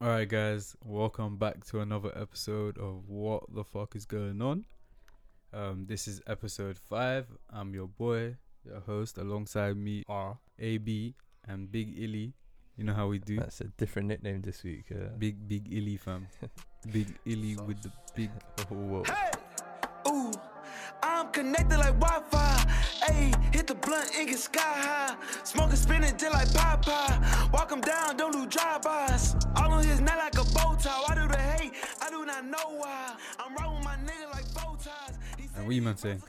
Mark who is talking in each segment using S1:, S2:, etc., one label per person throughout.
S1: All right, guys, welcome back to another episode of What the Fuck is Going On. Um, this is episode five. I'm your boy, your host. Alongside me are AB and Big Illy. You know how we do.
S2: That's a different nickname this week. Uh,
S1: Big Big Illy fam. Big Illy with the big.
S2: oh, whoa.
S3: Hey, ooh, I'm connected like Wi-Fi. Hey, hit the blunt and get sky high. Smoking, spinning till like Popeye. Walk 'em down, don't do drive-bys. All on his neck like a bow tie. Why do the hate? I do not know why. I'm right with my nigga like bow ties. He
S1: And what you man saying?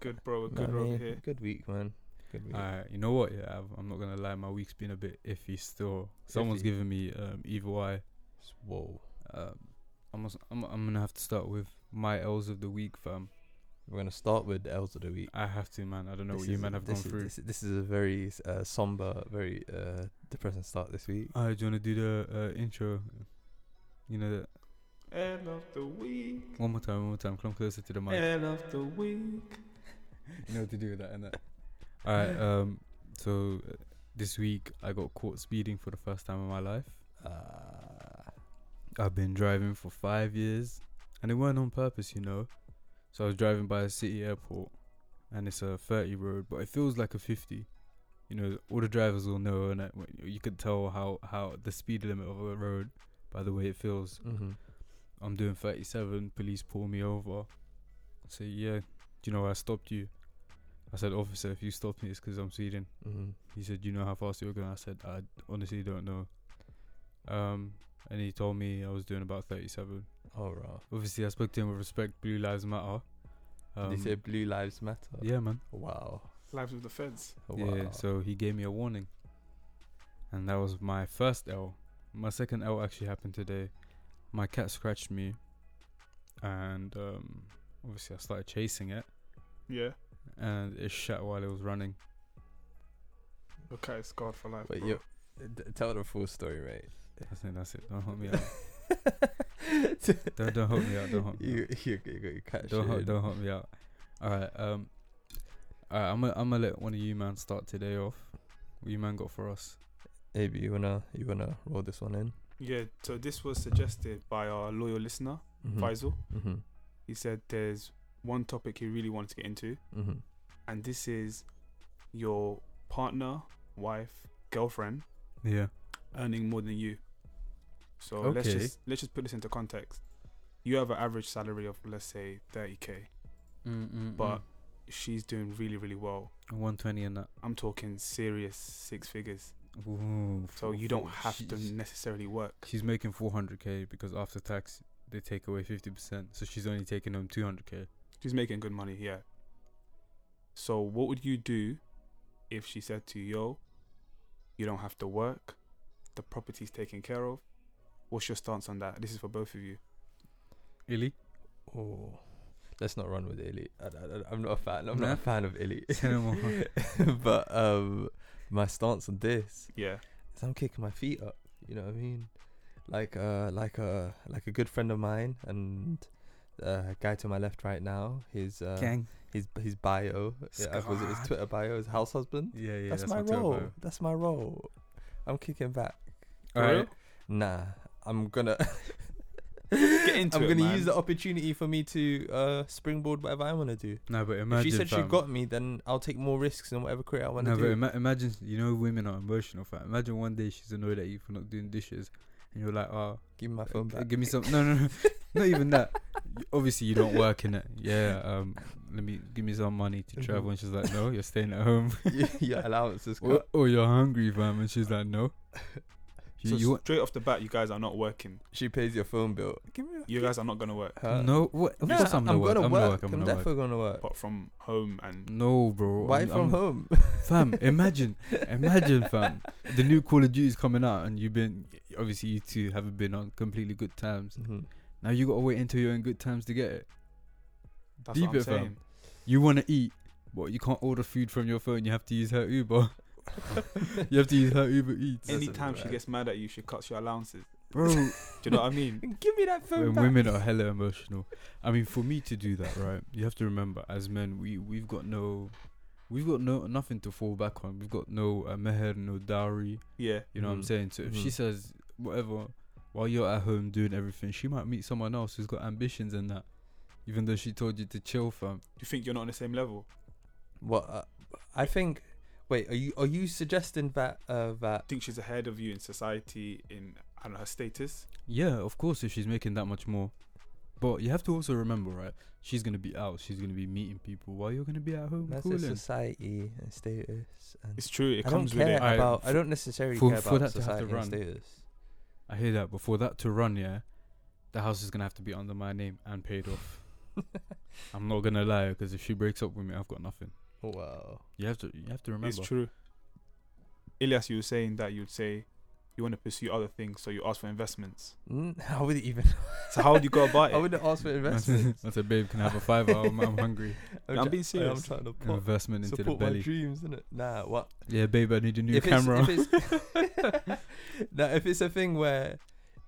S4: Good, bro.
S2: Nah,
S4: Good road
S2: man,
S4: here.
S2: good week, man. Good week.
S1: All right, you know what? Yeah, I've, I'm not gonna lie. My week's been a bit iffy still. Someone's
S2: Iffy.
S1: giving me um, evil eye.
S2: S- Whoa.
S1: Um, I'm, also- I'm I'm gonna have to start with my L's of the week, fam.
S2: We're gonna start with the L's of the week.
S1: I have to, man. I don't know
S2: This
S1: what you
S2: is-
S1: men have gone
S2: this is-
S1: through.
S2: This, this is a very uh, somber, very uh, depressing start this week.
S1: All right, do you want to do the uh, intro? You know, that-
S4: End of the week.
S1: one more time, one more time. Come closer to the mic.
S4: End of the week.
S1: You know what to do with that, innit? All right. Um. So uh, this week I got caught speeding for the first time in my life.
S2: Uh,
S1: I've been driving for five years, and it weren't on purpose, you know. So I was driving by a city airport, and it's a 30 road, but it feels like a 50. You know, all the drivers will know, and you could tell how how the speed limit of a road by the way it feels.
S2: mm-hmm.
S1: I'm doing 37. Police pull me over. I say, yeah, do you know why I stopped you? I said, officer, if you stopped me, it's because I'm speeding.
S2: Mm-hmm.
S1: He said, "You know how fast you were going." I said, "I honestly don't know." Um, and he told me I was doing about thirty-seven.
S2: Oh, right.
S1: Obviously, I spoke to him with respect. Blue lives matter.
S2: Did
S1: Um,
S2: he say Blue Lives Matter?
S1: "Yeah, man."
S2: Wow.
S4: Lives with the feds.
S2: wow.
S1: Yeah. So he gave me a warning, and that was my first L. My second L actually happened today. My cat scratched me, and um, obviously I started chasing it,
S4: Yeah.
S1: and it shat while it was running.
S4: Your cat is scarred for life.
S2: Wait,
S4: bro.
S2: you d- tell the full story, right?
S1: I think that's it. Don't help me out. Don't- don't help me out, don't help me
S2: you, you, you got your cat
S1: don't help,
S2: shit.
S1: don't help me out. All right, um, all right, I'm gonna I'm gonna let one of you man start today off. What you man got for us?
S2: Maybe you wanna you wanna roll this one in.
S4: Yeah. So this was suggested by our loyal listener, Faisal.
S2: Mm-hmm.
S4: He said there's one topic he really wanted to get into,
S2: Mm-hmm.
S4: and this is your partner, wife, girlfriend
S1: Yeah.
S4: earning more than you. So let's
S1: Okay.
S4: just let's just put this into context. You have an average salary of let's say 30k. Mm,
S1: Mm-mm-mm.
S4: But- She's doing really really well.
S1: 120 and that.
S4: I'm talking serious six figures.
S1: Ooh,
S4: So
S1: four-
S4: you don't
S1: four-
S4: have
S1: she-
S4: to
S1: she-
S4: necessarily work.
S1: She's making 400k because after tax they take away 50%, so she's only taking home 200k.
S4: She's making good money, yeah. So what would you do if she said to you, yo, you don't have to work, the property's taken care of? What's your stance on that? This is for both of you.
S1: Illy,
S2: Oh, let's not run with Illy. I, am not a fan. I'm
S1: Nah.
S2: not a fan of Illy.
S1: say no more.
S2: but um, my stance on this
S4: Yeah.
S2: is I'm kicking my feet up. You know what I mean? Like uh, like a like a good friend of mine and uh, guy to my left right now. His uh,
S1: Gang.
S2: his his bio. Yeah, was it his
S1: Squad.
S2: Twitter bio? His house husband.
S1: Yeah, yeah,
S2: that's,
S1: that's,
S2: my
S1: Twitter bio.
S2: role. That's my role. I'm kicking back.
S1: All
S4: For
S1: right.
S4: real?
S2: Nah, I'm gonna.
S4: into
S2: I'm
S4: it,
S2: gonna
S4: man.
S2: use the opportunity for me to uh, springboard whatever I want to do.
S1: No, but imagine
S2: if she said she
S1: fam.
S2: got me, then I'll take more risks in whatever career I want to
S1: No, but
S2: do.
S1: ima- imagine you know women are emotional. Fam. Imagine one day she's annoyed at you for not doing dishes, and you're like, "Oh,
S2: Give me my phone
S1: g-
S2: back.
S1: give me some." No, no, no, not even that. Y- Obviously, you don't work in it. Yeah, um, let me give me some money to travel, and she's like, "No, you're staying at home."
S2: Y- Your allowance is
S1: or,
S2: cut.
S1: or you're hungry, fam, and she's like, "No." You,
S4: So
S1: you want,
S4: straight off the bat, you guys are not working.
S2: She pays your phone bill. Give me.
S4: You guys are not gonna work,
S2: Her.
S1: no, what? Of
S2: Nah,
S1: course, Uh, I'm gonna work. I'm gonna work. I'm
S2: I'm,
S1: gonna work.
S2: definitely gonna work.
S4: but from home and
S1: No, bro.
S2: Why
S1: I'm-
S2: from
S1: I'm-
S2: home?
S1: Fam, imagine, imagine, fam. The new Call of Duty is coming out, and you've been obviously you two haven't been on completely good times.
S2: Mhm.
S1: Now you gotta wait until you're in good times to get it.
S4: that's
S1: Deep
S4: what I'm
S1: it, fam.
S4: saying.
S1: You wanna eat, but you can't order food from your phone. You have to use her Uber. you have to use her Uber Eats,
S2: That's a
S4: Anytime she
S2: wrap.
S4: gets mad at you, she cuts your allowances.
S1: bro.
S4: Do you know what I mean?
S2: Give me that phone
S1: when
S2: back.
S1: women are hella emotional, I mean, for me to do that, right? You have to remember, as men, we we've got no, we've got no nothing to fall back on. We've got no uh, meher, no dowry.
S4: Yeah.
S1: You know what I'm
S2: Mhm.
S1: saying? So if she
S2: Mhm.
S1: says whatever, while you're at home doing everything, she might meet someone else who's got ambitions and that. Even though she told you to chill, fam.
S4: You think you're not on the same level?
S2: What uh, I think. Wait, are you are you suggesting that uh, that
S4: Think she's ahead of you in society, in I don't know her status.
S1: Yeah, of course, if she's making that much more. But you have to also remember, right? She's gonna be out. She's gonna be meeting people while you're gonna be at home
S2: that's a
S1: cooling.
S2: society and status? And
S4: It's true. It
S2: I
S4: comes
S2: don't care
S4: with it.
S1: I-
S2: about. I don't necessarily
S1: for-
S2: care
S1: for
S2: about
S1: that to have to
S2: society and
S1: run.
S2: status.
S1: I hear that. But for that to run, yeah, the house is gonna have to be under my name and paid off. I'm not gonna lie, because if she breaks up with me, I've got nothing.
S4: Oh,
S2: wow.
S1: You have to, you have to remember.
S4: It's true. Elias, you were saying that you'd say you want to pursue other things, so you ask for investments.
S2: Mm, I wouldn't even.
S4: So how would you go about
S2: I
S4: it?
S2: wouldn't ask for investments.
S1: That's a babe can I have a five. I'm, I'm hungry.
S4: I'm
S2: try-
S4: being
S2: I'm
S4: serious.
S2: trying to
S1: An
S2: put,
S1: investment into the
S2: support my
S1: belly.
S2: dreams, innit? Nah, what?
S1: Yeah, babe, I need a new
S2: if
S1: camera.
S2: It's, if it's, no, if it's a thing where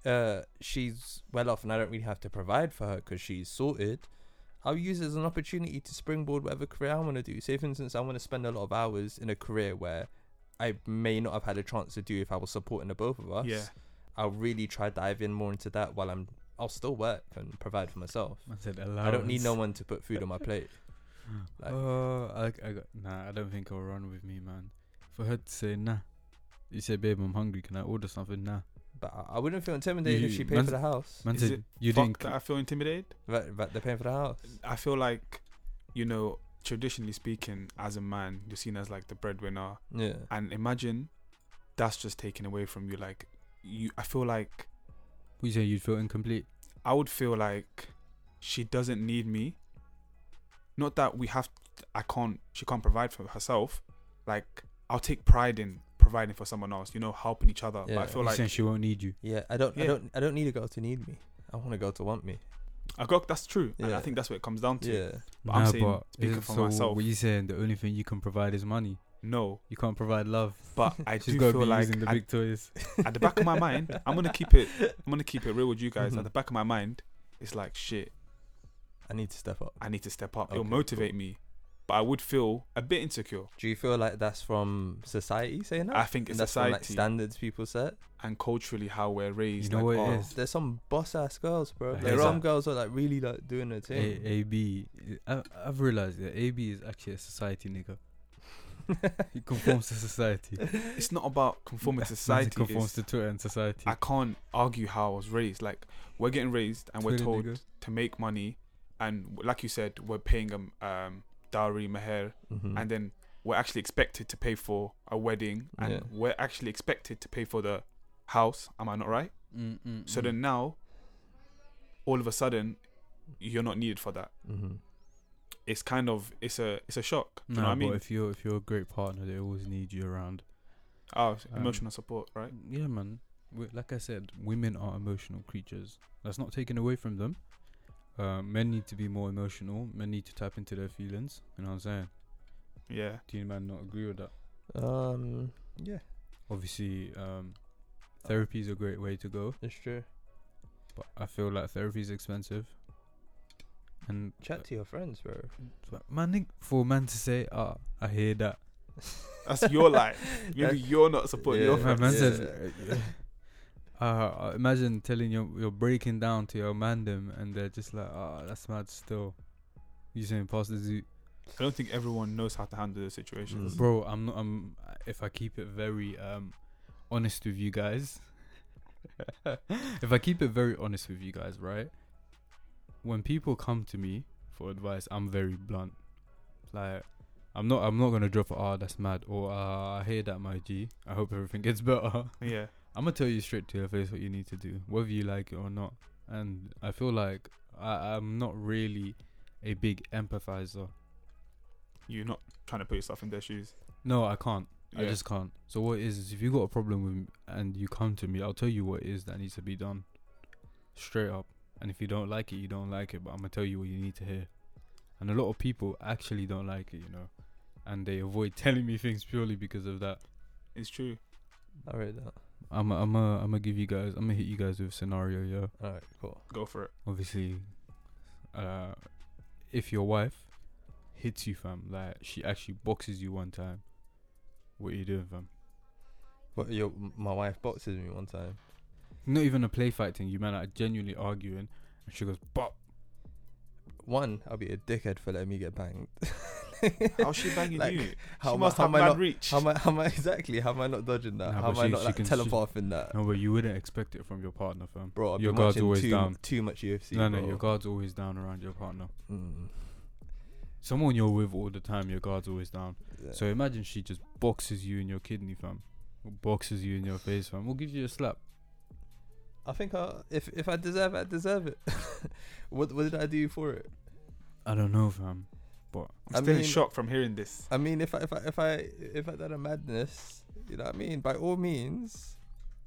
S2: uh, she's well off and I don't really have to provide for her because she's sorted, I'll use it as an opportunity to springboard whatever career I want to do. Say, for instance, I want to spend a lot of hours in a career where I may not have had a chance to do if I was supporting the both of us.
S4: Yeah.
S2: I'll really try dive in more into that while I'm. I'll still work and provide for myself.
S1: I said
S2: I don't need no
S1: allowance.
S2: one to put food on my plate. like-
S1: Uh, I, I got, nah, I don't think I'll run with me, man. For her to say nah, you say, babe, I'm hungry. Can I order something? Nah,
S2: But I- I wouldn't feel intimidated if
S1: You-
S2: she paid
S1: man's-
S2: for the house.
S1: man
S4: Is
S1: said
S4: it
S1: you
S4: Fuck
S1: didn't.
S4: that I feel intimidated.
S2: But, but they're paying for the house.
S4: I feel like, you know, traditionally speaking, as a man, you're seen as like the breadwinner.
S2: Yeah.
S4: And imagine that's just taken away from you. Like, you, I feel like
S1: you say you'd feel incomplete.
S4: I would feel like she doesn't need me. Not that we have, I can't, she can't provide for herself. Like, I'll take pride in providing for someone else, you know, helping each other. But I
S2: Yeah.
S4: feel
S1: you saying
S4: like
S1: she won't need you.
S2: Yeah, I don't,
S4: Yeah.
S2: I don't, I don't need a girl to need me. I want a girl to want me.
S4: I got that's true. And I
S2: Yeah.
S4: think that's what it comes down to.
S2: Yeah,
S4: But I'm saying, speaking
S1: isn't-
S4: for
S1: so
S4: myself-
S1: What you saying? The only thing you can provide is money.
S4: No,
S1: You can't provide love.
S4: but I
S1: She's
S4: do
S1: got to
S4: feel
S1: be
S4: like
S1: using the
S4: at,
S1: big toys.
S4: at the back of my mind, I'm gonna keep it. I'm gonna keep it real with you guys.
S1: Mm-hmm.
S2: Mhm.
S4: At the back of my mind, it's like shit.
S2: I need to step up.
S4: I need to step up. It'll
S2: Okay,
S4: motivate me, but I would feel a bit insecure.
S2: Do you feel like that's from society saying that?
S4: I think it's
S2: And that's from like
S4: society
S2: standards people set.
S4: and culturally how we're raised.
S1: know
S4: like,
S1: what it
S4: oh,
S1: is?
S2: There's some boss ass girls,
S1: I
S2: bro. There
S4: hate
S2: are some
S4: that.
S2: girls that like really like doing their
S1: A-
S2: thing.
S1: AB, I, I've realized that AB is actually a society nigga. He conforms to society.
S4: It's not about conforming to
S1: Man's
S4: society.
S1: conforms
S4: it's-
S1: to Twitter and society.
S4: I can't argue how I was raised. Like we're getting raised and we're
S1: Twitter
S4: told
S1: nigga.
S4: to make money, and like you said, we're paying um, um dowry, meher,
S1: Mm.
S2: Mhm.
S4: and then we're actually expected to pay for a wedding, and
S2: Yeah.
S4: we're actually expected to pay for the house. Am I not right?
S1: Mm, mm,
S4: So
S1: mm.
S4: then now, all of a sudden, you're not needed for that.
S2: Mhm.
S4: It's kind of it's a it's a shock. Do
S1: No,
S4: you know what I
S1: but
S4: mean?
S1: if you're if you're a great partner, they always need you around.
S4: Oh, it's
S1: um,
S4: emotional support, right?
S1: Yeah, man. We- Like I said, women are emotional creatures. That's not taken away from them. Uh, men need to be more emotional. Men need to tap into their feelings. You know what I'm saying?
S4: Yeah.
S1: Do you man not agree with that?
S2: Um, yeah,
S1: Obviously, um, therapy is a great way to go,
S2: it's true.
S1: but I feel like therapy is expensive. And
S2: Chat to your friends, bro.
S1: man, nigg- for a man to say, "Ah, I hear that."
S4: That's your life. Maybe
S2: That-
S4: you're not supporting your
S2: Yeah.
S1: My
S4: friends.
S1: man
S2: Yeah.
S1: said, uh, uh, imagine telling your you're breaking down to your mandem and they're just like, oh, that's mad still. You saying pass the zoo,
S4: I don't think everyone knows how to handle the situations.
S2: Mm.
S1: bro? I'm not. I'm. If I keep it very um honest with you guys, if I keep it very honest with you guys, right? When people come to me for advice, I'm very blunt. Like, I'm not. I'm not gonna drop. Ah, that's mad. Or ah, I hear that, my G. I hope everything gets better.
S4: Yeah.
S1: I'm gonna tell you straight to your face what you need to do, whether you like it or not. And I feel like I, I'm not really a big empathizer.
S4: You're not trying to put yourself in their shoes.
S1: No, I can't. I
S4: Yeah.
S1: just can't. So what it is is if you got a problem with me and you come to me, I'll tell you what it is that needs to be done, straight up. And if you don't like it, you don't like it. But I'm gonna tell you what you need to hear. And a lot of people actually don't like it, you know, and they avoid telling me things purely because of that.
S4: It's true.
S2: I read that.
S1: I'm I'm i I'm gonna give you guys. I'm gonna hit you guys with a scenario, yeah.
S2: All right, cool.
S4: Go for it.
S1: obviously uh if your wife hits you fam like she actually boxes you one time what are you doing fam
S2: But your my wife boxes me one time.
S1: Not even a play fight thing. You man are genuinely arguing, and she goes, "Bop."
S2: One, I'll be a dickhead for letting me get banged.
S4: How's she banging
S2: Like,
S4: you? She
S2: how am I-
S4: must
S2: how
S4: have
S2: am I
S4: mad
S2: not-
S4: reach.
S2: How am I? How am I exactly? How am I not dodging that?
S1: Nah,
S2: how am
S1: but
S2: I
S1: she-
S2: not
S1: she
S2: like,
S1: can- she-
S2: telepathing that?
S1: No, but you wouldn't expect it from your partner, fam.
S2: Bro, I've
S1: your
S2: been
S1: guard's
S2: watching
S1: always
S2: too,
S1: down.
S2: too much UFC.
S1: No, no,
S2: bro.
S1: your guard's always down around your partner.
S2: Mm,
S1: Someone you're with all the time, your guard's always down.
S2: yeah.
S1: So imagine she just boxes you in your kidney, fam. Or boxes you in your face, fam. We'll give you a slap.
S2: I think I, if if I deserve it, I deserve it. what what did I do for it?
S1: I don't know, fam. But
S2: I
S4: I'm still in
S2: mean-
S4: shock from hearing this.
S2: I mean, if I if I if I if I done a madness, you know what I mean. By all means,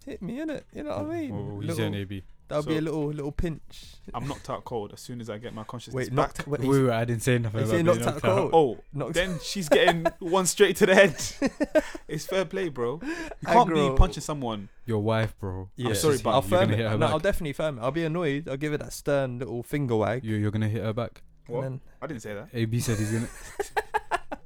S2: hit me in it. You know what I mean.
S1: Well, well, he's
S2: Little-
S1: an AB.
S2: that would be a
S4: So-
S2: little little pinch.
S4: I'm knocked out cold as soon as I get my consciousness
S2: Wait,
S4: back.
S2: knocked. Wait,
S1: Wait,
S2: he's-
S1: wait, I didn't say nothing
S2: he's
S1: about
S2: saying
S1: being
S2: knocked out cold.
S4: Oh,
S2: knocked-
S4: then she's getting one straight to the head. it's fair play, bro. You can't
S2: Aggro.
S4: be punching someone.
S1: Your wife, bro.
S2: Yeah.
S4: I'm sorry, but
S2: I'll
S1: you're
S2: firm
S1: gonna
S2: it.
S1: hit her
S2: No,
S1: back.
S2: I'll definitely firm it. I'll be annoyed. I'll give it that stern little finger wag.
S1: You, you're gonna hit her back.
S4: What?
S2: And
S4: I didn't say that.
S1: AB said he's gonna.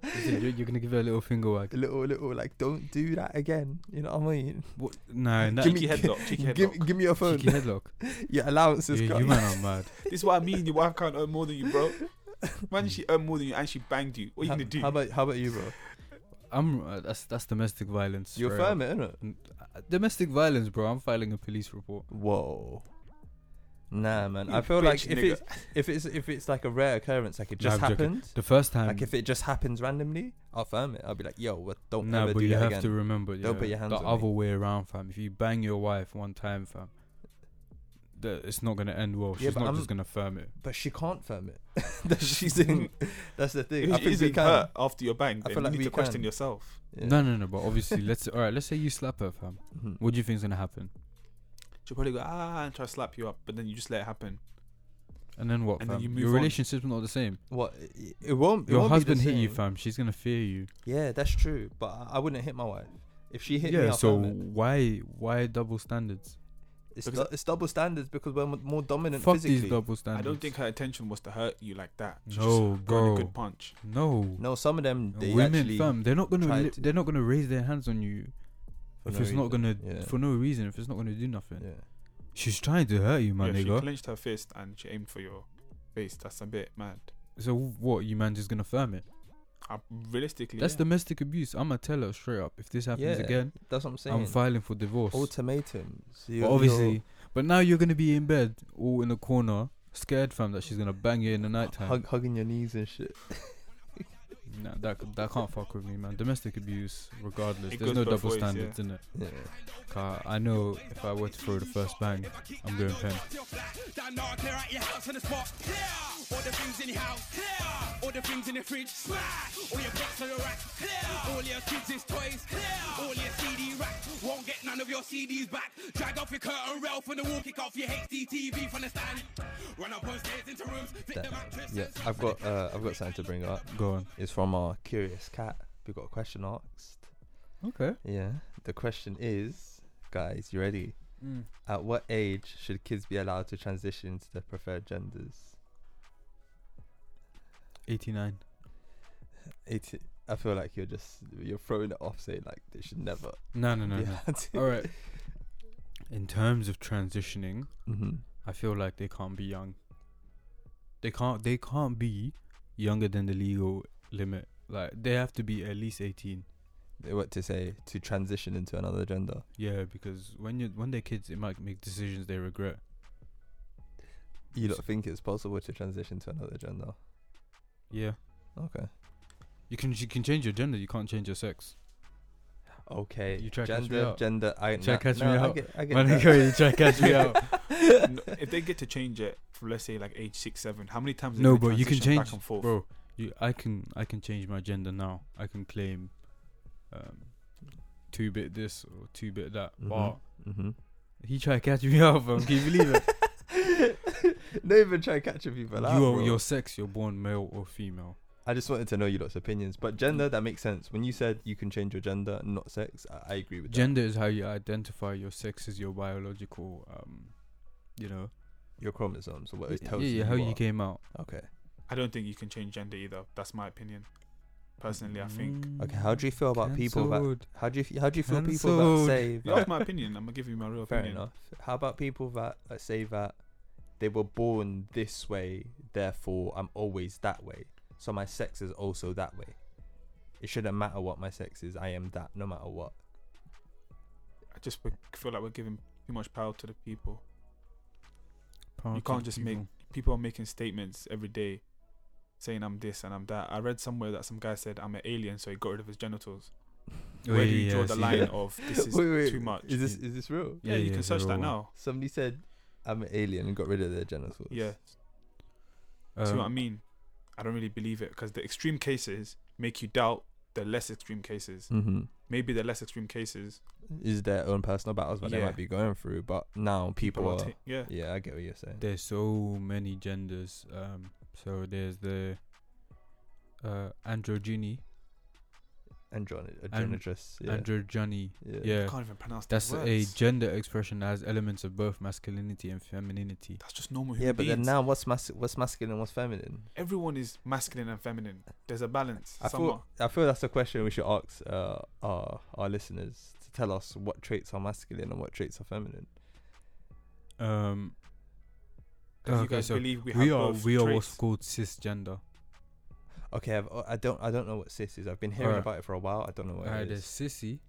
S1: he said,
S2: then
S1: you're, you're gonna give her a little finger
S2: a
S1: wag.
S2: little, little like, don't do that again. You know what I mean?
S1: What? Nah, nah.
S2: Give me-
S4: Cheeky headlock. Cheeky headlock.
S2: Give, give me your phone.
S1: cheeky headlock.
S2: Your allowance is
S1: Yeah,
S2: cut.
S1: you man are mad.
S4: This is what I mean. Your wife can't earn more than you, bro. Imagine she earned more than you and she banged you. What are you
S2: how,
S4: gonna do?
S2: How about how about you, bro?
S1: I'm. Uh, that's that's domestic violence.
S2: You're
S1: straight up.
S2: firm it, innit?
S1: Uh, Domestic violence, bro. I'm filing a police report.
S2: Whoa. Nah, man.
S4: You
S2: I feel
S4: bitch,
S2: like if
S4: nigga.
S2: it's if it's if it's like a rare occurrence, like it
S1: Nah,
S2: just
S1: I'm joking.
S2: happened,
S1: The first time.
S2: like if it just happens randomly, I'll firm it. I'll be like, yo, what? Don't
S1: nah,
S2: ever
S1: but
S2: do
S1: you
S2: that
S1: have
S2: again.
S1: to remember.
S2: Don't
S1: yeah,
S2: put your hands
S1: The
S2: on me.
S1: other way around, fam. If you bang your wife one time, fam, that it's not gonna end well.
S2: Yeah,
S1: She's
S2: but
S1: not
S2: I'm-
S1: just gonna firm it.
S2: But she can't firm it. That's she's doing. That's the
S4: If
S2: thing. I
S4: she
S2: think we
S4: isn't
S2: can.
S4: hurt after your bang,
S2: I
S4: then
S2: feel like
S4: you need
S2: we
S4: to question
S2: can.
S4: yourself.
S2: Yeah.
S1: No, no, no. But obviously, let's. All right, let's say you slap her, fam.
S2: Mhm.
S1: What do you think's gonna happen?
S4: She'll probably go ah and try to slap you up, but then you just let it happen.
S1: And then what,
S4: And
S1: fam?
S4: then you move
S1: Your
S4: on.
S1: relationship's not the same.
S2: What? It- It won't. It
S1: Your
S2: won't
S1: husband
S2: be the
S1: hit you,
S2: same.
S1: fam. She's gonna fear you.
S2: Yeah, that's true. But I, I wouldn't hit my wife if she hit me.
S1: yeah.
S2: I'll
S1: So
S2: firm it.
S1: why why double standards?
S2: it's,
S4: because-
S2: du- it's double standards because we're m- more dominant
S1: Fuck
S2: physically.
S1: these double
S4: I
S1: standards.
S4: don't think her intention was to hurt you like that. She
S1: No,
S4: just got a
S1: bro.
S4: good punch.
S1: no.
S2: No, some of them they
S1: Women,
S2: actually.
S1: fam, they're not gonna
S2: tried
S1: li-
S2: to-
S1: they're not gonna raise their hands on you
S2: for
S1: if
S2: no
S1: it's not
S2: reason.
S1: gonna
S2: Yeah.
S1: for no reason if it's not gonna do nothing.
S2: Yeah.
S1: She's trying to hurt you, my
S4: yeah, she
S1: nigga.
S4: clenched her fist and she aimed for your face. That's a bit mad.
S1: so what? You man just gonna firm it?
S4: I, realistically,
S1: That's
S4: yeah.
S1: domestic abuse. I'ma tell her straight up. If this happens
S2: Yeah,
S1: again,
S2: That's what I'm saying.
S1: I'm filing for divorce.
S2: Ultimatums.
S1: but
S2: You're-
S1: obviously,
S2: you're
S1: but now you're gonna be in bed, all in the corner, scared, fam, that she's gonna bang you in the night time.
S2: hug, hugging your knees and shit.
S1: Nah, that c- that can't fuck with me, man. Domestic abuse, regardless.
S4: It
S1: There's no
S4: goes both
S1: double
S4: ways, yeah.
S1: standards in it.
S2: Yeah.
S1: Car, I know if I were to throw the first bang, I'm going pen.
S5: Down now, clear out your house on the spot. Clear all the things in your house. Clear all the things in the fridge. Smash all your books on the rack. Clear all your kids' toys. Clear all your CD rack. Won't get none of your CDs back. Drag off your curtain rail from the wall. Kick off your HDTV from the stand. Run up on stairs into rooms. Fit
S2: Damn.
S5: the mattress.
S2: Yeah. I've got uh, I've got something to bring up.
S1: Go on.
S2: It's from our curious cat. We got a question asked.
S1: Okay.
S2: Yeah. The question is, guys, you ready?
S1: Mm.
S2: At what age should kids be allowed to transition to their preferred genders?
S1: 89.
S2: Eighteen. I feel like you're just you're throwing it off, saying like they should never.
S1: No, no, no,
S2: be
S1: no.
S2: allowed to-
S1: All right. In terms of transitioning,
S2: Mhm.
S1: I feel like they can't be young. They can't. They can't be younger than the legal limit. Like they have to be at least 18.
S2: They what to say to transition into another gender.
S1: Yeah, because when you when they're kids, it might make decisions they regret.
S2: You don't think it's possible to transition to another gender?
S1: Yeah.
S2: Okay.
S1: You can you can change your gender. You can't change your sex.
S2: Okay.
S1: You try catch me
S2: gender,
S1: out.
S2: gender. I
S1: Try
S2: nah-
S1: catch me
S2: nah, I
S1: out.
S2: get, I get
S1: Man,
S2: that.
S1: you try to catch me out.
S4: No, if they get to change it from let's say like age six, seven, how many times? are
S1: No,
S4: they gonna
S1: bro, you can
S4: transition
S1: change-
S4: back and forth.
S1: bro you i can i can change my gender now i can claim um two bit this or two bit that
S2: Mhm.
S1: but
S2: Mhm.
S1: he tried to catch me out fam can you believe it
S2: Don't even try catching people out.
S1: you are,
S2: bro.
S1: your sex you're born male or female
S2: I just wanted to know your lot's opinions, but
S1: Mm.
S2: gender that makes sense. When you said you can change your gender, not sex, I, I agree with
S1: gender is how you identify your sex is your biological um you know
S2: that. Your chromosomes or what it
S1: yeah,
S2: tells
S1: yeah,
S2: you.
S1: how
S2: you
S1: you
S2: are.
S1: came out
S2: Okay.
S4: I don't think you can change gender either. That's my opinion. personally, I
S1: Mm,
S4: think.
S2: Okay, how do you feel about people that?
S1: Cancelled.
S2: How do you f- how do you feel people that
S1: Cancelled.
S2: say that?
S4: That's my opinion. I'm gonna give you my real
S2: Fair
S4: opinion.
S2: enough. How about people that that say that they were born this way, therefore I'm always that way. So my sex is also that way. It shouldn't matter what my sex is. I am that no matter what.
S4: I just w- feel like we're giving too much power to the people.
S1: Power
S4: you
S1: to
S4: can't
S1: the
S4: just
S1: people.
S4: make people are making statements every day, saying I'm this and I'm that. I read somewhere that some guy said I'm an alien, so he got rid of his genitals.
S1: Oh,
S4: Where
S1: yeah,
S4: do you
S1: yeah,
S4: draw
S1: I
S4: the
S1: see
S4: line
S1: that.
S4: of this is
S2: Wait, wait,
S4: too much?
S2: Is this is this real?
S4: yeah,
S1: Yeah,
S4: you
S1: yeah,
S4: can
S1: it's a
S4: search that
S1: real one.
S4: now.
S2: Somebody said I'm an alien and got rid of their genitals.
S4: Yeah, see
S1: Um,
S4: what I mean? I don't really believe it because the extreme cases make you doubt the less extreme cases.
S2: Mm-hmm.
S4: Maybe the less extreme cases
S2: Is their own personal battles that they
S4: Yeah.
S2: might be going through, but now people,
S4: people are.
S2: are.
S4: ta- yeah,
S2: yeah, I get what you're saying.
S1: There's so many genders. Um, so there's the uh, androgyny,
S2: Andron-
S1: And-
S2: androgynous. uh, Yeah.
S1: androgyny.
S2: yeah.
S1: Yeah,
S4: I can't even pronounce
S1: that's
S4: the
S1: a
S4: words.
S1: gender expression that has elements of both masculinity and femininity.
S4: That's just normal.
S2: Yeah,
S4: human
S2: but then
S4: beings.
S2: now what's mas- what's masculine and what's feminine?
S4: everyone is masculine and feminine. There's a balance.
S2: I
S4: somewhat.
S2: feel I feel that's a question we should ask uh, our our listeners to tell us what traits are masculine and what traits are feminine.
S1: Um,
S4: 'Cause you
S1: okay,
S4: guys
S1: so
S4: believe we,
S1: we
S4: have
S1: are
S4: both
S1: we are what's
S4: traits.
S1: called cisgender.
S2: Okay, I've, I don't I don't know what cis is. I've been hearing
S1: Alright.
S2: about it for a while. I don't know what
S1: Alright,
S2: it
S1: Uh, there's
S2: is.
S1: sissy,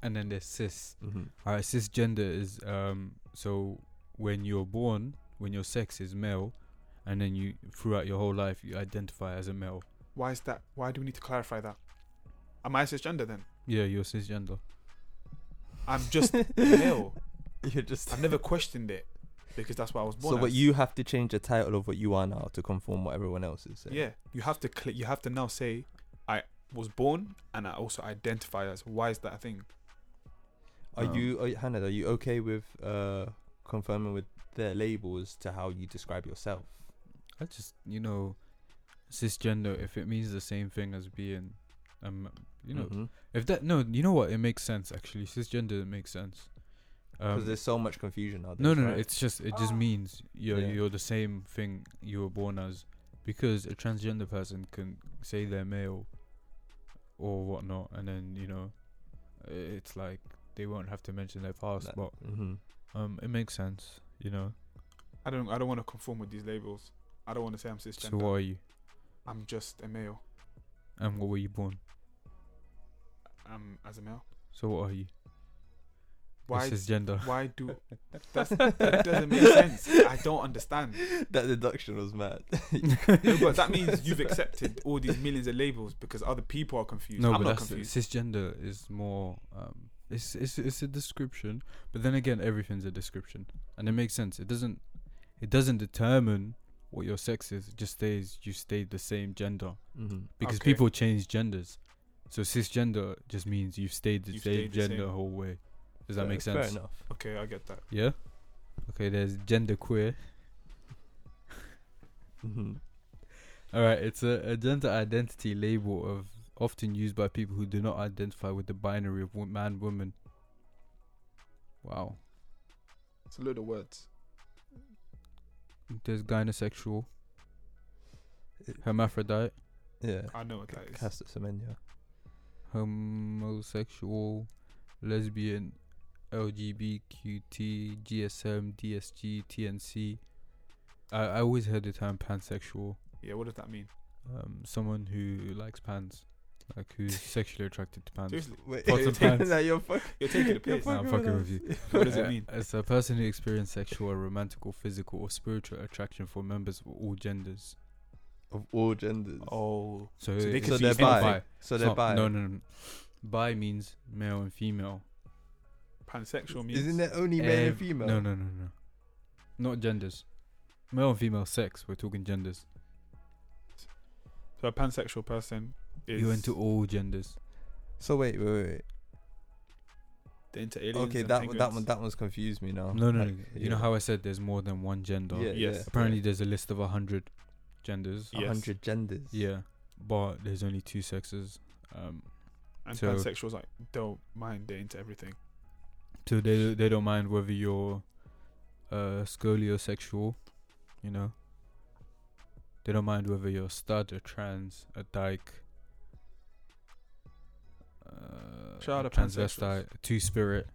S1: and then there's cis.
S2: Mm-hmm.
S1: Alright, cisgender is um so when you're born, when your sex is male, and then you throughout your whole life you identify as a male.
S4: Why is that? Why do we need to clarify that? Am I cisgender then?
S1: Yeah, you're cisgender.
S4: I'm just male.
S2: You're just
S4: I've never questioned it because that's what I was born.
S2: so. But
S4: as.
S2: you have to change the title of what you are now to conform what everyone else is. Saying.
S4: yeah, you have to cl- you have to now say I was born and I also identify as. Why is that a thing?
S2: Are
S1: Um,
S2: you are, Hannah? Are you okay with uh confirming with their labels to how you describe yourself?
S1: I just you know, cisgender if it means the same thing as being, um, you know,
S2: Mhm.
S1: if that no, you know what, it makes sense actually. Cisgender it makes sense.
S2: 'Cause
S1: Um,
S2: there's so much confusion out
S1: No,
S2: there.
S1: no, no. It's just it just means you're
S2: Yeah.
S1: you're the same thing you were born as, because a transgender person can say they're male, or whatnot, and then you know, i- it's like they won't have to mention their past. But
S2: hmm
S1: um, it makes sense, you know.
S4: I don't I don't want to conform with these labels. I don't want to say I'm cisgender.
S1: So what are you,
S4: I'm just a male.
S1: and what were you born?
S4: Um, as a male.
S1: So what are you?
S4: Why?
S1: This is gender.
S4: Why do? That's, that doesn't make sense. I don't understand.
S2: That deduction was mad.
S4: No, but that means you've accepted all these millions of labels because other people are confused.
S1: No,
S4: I'm
S1: but
S4: not
S1: that's
S4: confused.
S1: cisgender is more. Um, it's it's it's a description, but then again, everything's a description, and it makes sense. It doesn't it doesn't determine what your sex is. It just stays you stay the same gender
S2: mm-hmm.
S1: because
S4: Okay.
S1: people change genders. So cisgender just means you've stayed the
S4: You've
S1: same
S4: stayed the
S1: gender
S4: same.
S1: whole way. Does that make
S2: Fair
S1: sense?
S2: enough.
S4: Okay, I get that.
S1: Yeah. Okay. There's gender queer.
S2: hmm
S1: All right, it's a, a gender identity label of often used by people who do not identify with the binary of wo- man woman. Wow,
S4: It's a load of words.
S1: there's gynosexual, hermaphrodite,
S2: Yeah.
S4: I know what that is.
S2: Castor Semenya.
S1: homosexual, lesbian, LGBTQT, GSM, DSG, TNC. I, I always heard the term pansexual.
S4: Yeah, what does that mean?
S1: Um, someone who likes pans, like who's sexually attracted to pans.
S4: Seriously,
S2: Wait,
S1: Pots and pans.
S2: you're fucking.
S4: you're taking the
S2: you're
S4: piss.
S1: Nah, I'm fucking with you.
S4: What does it
S1: Uh,
S4: mean?
S1: It's a person who experiences sexual, romantic, or physical, or spiritual attraction for members of all genders.
S2: Of all genders.
S4: Oh,
S1: So,
S4: So they
S1: it's
S4: could
S2: so
S4: be
S1: it's
S2: they're
S1: not
S2: bi.
S1: bi.
S2: So
S1: It's
S2: they're
S1: not-
S2: bi.
S1: No, no, no. Bi means male and female.
S4: pansexual means.
S2: Isn't there only male
S1: Ev-
S2: and female?
S1: No, no, no, no. Not genders. Male and female sex. We're talking genders.
S4: So a pansexual person is.
S1: You're into all genders.
S2: So wait, wait, wait, wait.
S4: they're into aliens.
S2: Okay,
S4: and
S2: that one, that
S4: penguins.
S2: one, that one's confused me now.
S1: No, no, no.
S2: Oh, Like,
S1: You know
S2: yeah.
S1: how I said there's more than one gender.
S2: Yeah,
S4: Yes.
S2: yeah.
S1: Apparently, there's a list of a hundred genders.
S2: A
S4: Yes.
S2: hundred genders.
S1: Yeah, but there's only two sexes. Um,
S4: And
S1: So-
S4: pansexuals like don't mind. They're into everything.
S1: So they they don't mind whether you're uh scoliosexual, you know. They don't mind whether you're a stud, a trans, a dyke, uh,
S4: Shout out to
S1: transvestite, two spirit,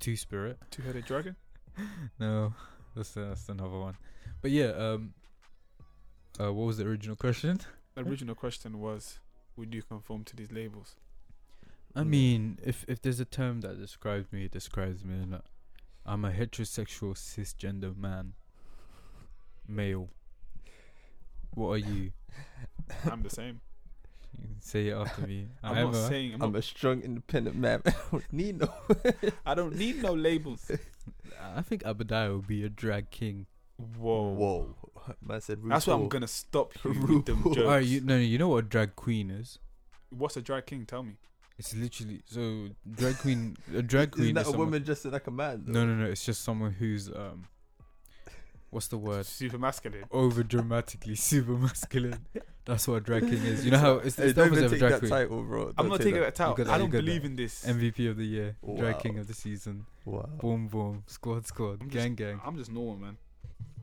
S1: two spirit.
S4: Two headed dragon?
S1: No, that's that's another one. But yeah, um, uh, what was the original question?
S4: The original question was Would you conform to these labels?
S1: I
S2: Mm.
S1: mean, if if there's a term that describes me, it describes me. innit? I'm a heterosexual cisgender man, male. What are you?
S4: I'm the same.
S1: You can say it after me.
S4: I'm
S1: I'm
S4: not
S1: a-
S4: saying I'm
S2: I'm
S4: not-
S2: a strong, independent man. Nino.
S4: I don't need no labels.
S1: I think Abadiah will be a drag king.
S4: Whoa.
S2: Whoa. Man said
S4: That's why I'm
S2: RuPaul.
S4: gonna stop you with them
S2: RuPaul.
S4: jokes.
S1: Alright, you no, no, you know what a drag queen is?
S4: What's a drag king? Tell me.
S1: It's literally so drag queen. A drag queen
S2: Isn't
S1: is
S2: that a
S1: someone-
S2: woman dressed like a man?
S1: No, no, no. It's just someone who's um, what's the word?
S4: Super masculine.
S1: Over dramatically super masculine. That's what a drag king is. You know how it's,
S2: Hey,
S1: it's the
S2: don't even
S1: opposite of a
S2: take
S1: drag
S2: that
S1: queen.
S2: title, bro.
S4: I'm not taking that
S1: You
S4: out.
S1: got that,
S4: I
S1: you
S4: don't
S1: got
S4: believe in this.
S1: MVP of the year, drag king
S2: Wow.
S1: of the season.
S2: Wow.
S1: Boom, boom. Squad, squad.
S4: I'm just-
S1: gang, gang.
S4: I'm just normal, man.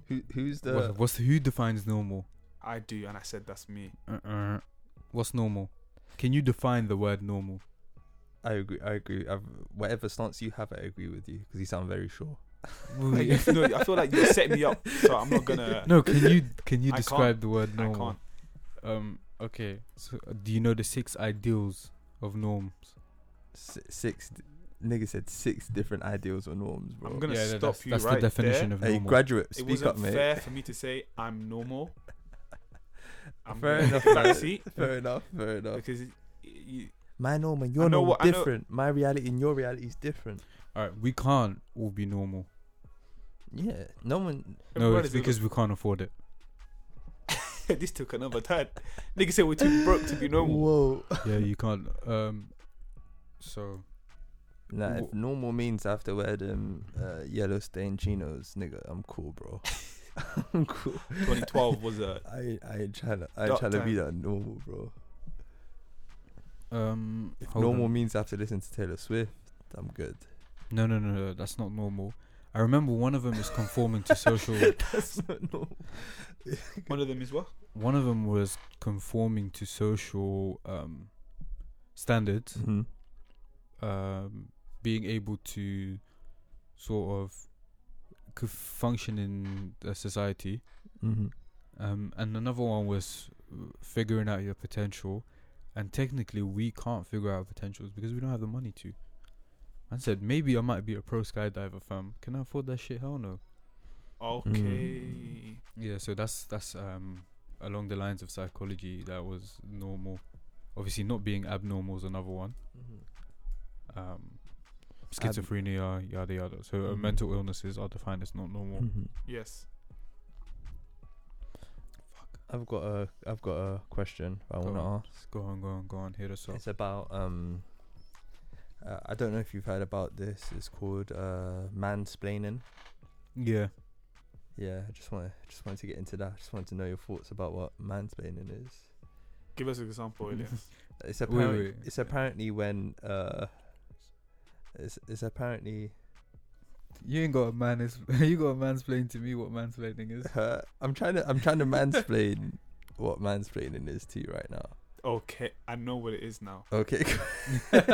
S2: Who, who's the?
S1: What- what's who defines normal?
S4: I do, and I said that's me.
S1: Uh-uh. What's normal? Can you define the word normal?
S2: I agree. I agree. I've, whatever stance you have, I agree with you because you sound very sure.
S1: Wait.
S4: Like, no, I feel like you're setting me up, so I'm not gonna-
S1: No, can you can you
S4: I can't.
S1: describe the word
S4: I
S1: normal?
S4: can't.
S1: Um. Okay. So, uh, do you know the six ideals of norms?
S2: S- six d- nigga said six different ideals or norms, bro.
S4: I'm gonna
S1: Yeah, no,
S4: stop
S1: that's,
S4: you
S1: that's
S4: right
S1: the definition
S4: there.
S1: of
S2: hey,
S1: normal.
S2: graduate,
S4: It
S2: speak
S4: wasn't
S2: up, mate.
S4: fair for me to say I'm normal. I'm
S2: Fair
S4: gonna
S2: enough,
S4: take a
S2: man.
S4: back seat
S2: Fair enough. Fair enough.
S4: because y- you,
S2: My norm and your
S4: know
S2: norm
S4: what- I know-
S2: different. My reality and your reality is different.
S1: all right, we can't all be normal.
S2: Yeah. No one.
S1: No,
S4: everyone
S1: it's
S4: is a-
S1: because we can't afford it.
S4: this took another turn. Nigga said we're too broke to be normal.
S2: Whoa.
S1: Yeah, you can't. Um. So
S2: Nah,
S1: Wh-
S2: if normal means I have to wear them uh, yellow stained chinos, nigga, I'm cool, bro. I'm cool.
S4: 2012 was uh, a
S2: I ain't- I ain't trying to I ain't
S4: Dark
S2: trying to be
S4: times.
S2: that normal, bro.
S1: um.
S2: If
S1: hold
S2: normal
S1: on.
S2: means I have to listen to Taylor Swift, I'm good.
S1: No, no, no, no. That's not normal. I remember one of them is conforming to social.
S2: That's not normal.
S4: one of them is what?
S1: One of them was conforming to social um standards.
S2: Mhm.
S1: um, being able to sort of c- function in a society.
S2: Mhm.
S1: Um, and another one was uh, figuring out your potential. And technically, we can't figure out our potentials because we don't have the money to. I said, maybe I might be a pro skydiver, fam. Can I afford that shit? Hell no.
S4: Okay.
S1: Yeah, so that's that's um along the lines of psychology that was normal. Obviously, not being abnormal is another one.
S2: Mhm.
S1: um,
S2: Ab-
S1: schizophrenia, yada yada. So uh,
S2: Mhm.
S1: mental illnesses are defined as not normal.
S2: Mhm.
S4: Yes.
S2: I've got a I've got a question I
S1: Go
S2: want to
S1: on.
S2: ask.
S1: Go on, go on, go on. Hit us up.
S2: It's about um. Uh, I don't know if you've heard about this. It's called uh, mansplaining.
S1: Yeah,
S2: Yeah, I just want to just wanted to get into that. I just wanted to know your thoughts about what mansplaining is.
S4: Give us an example, Elias.
S2: It's
S1: Wait,
S2: apparently
S1: wait.
S2: it's apparently when uh, it's it's apparently
S1: you ain't got a man. Is you got a mansplain to me what mansplaining is?
S2: uh, I'm trying to I'm trying to mansplain what mansplaining is to you right now.
S4: okay, I know what it is now.
S2: Okay.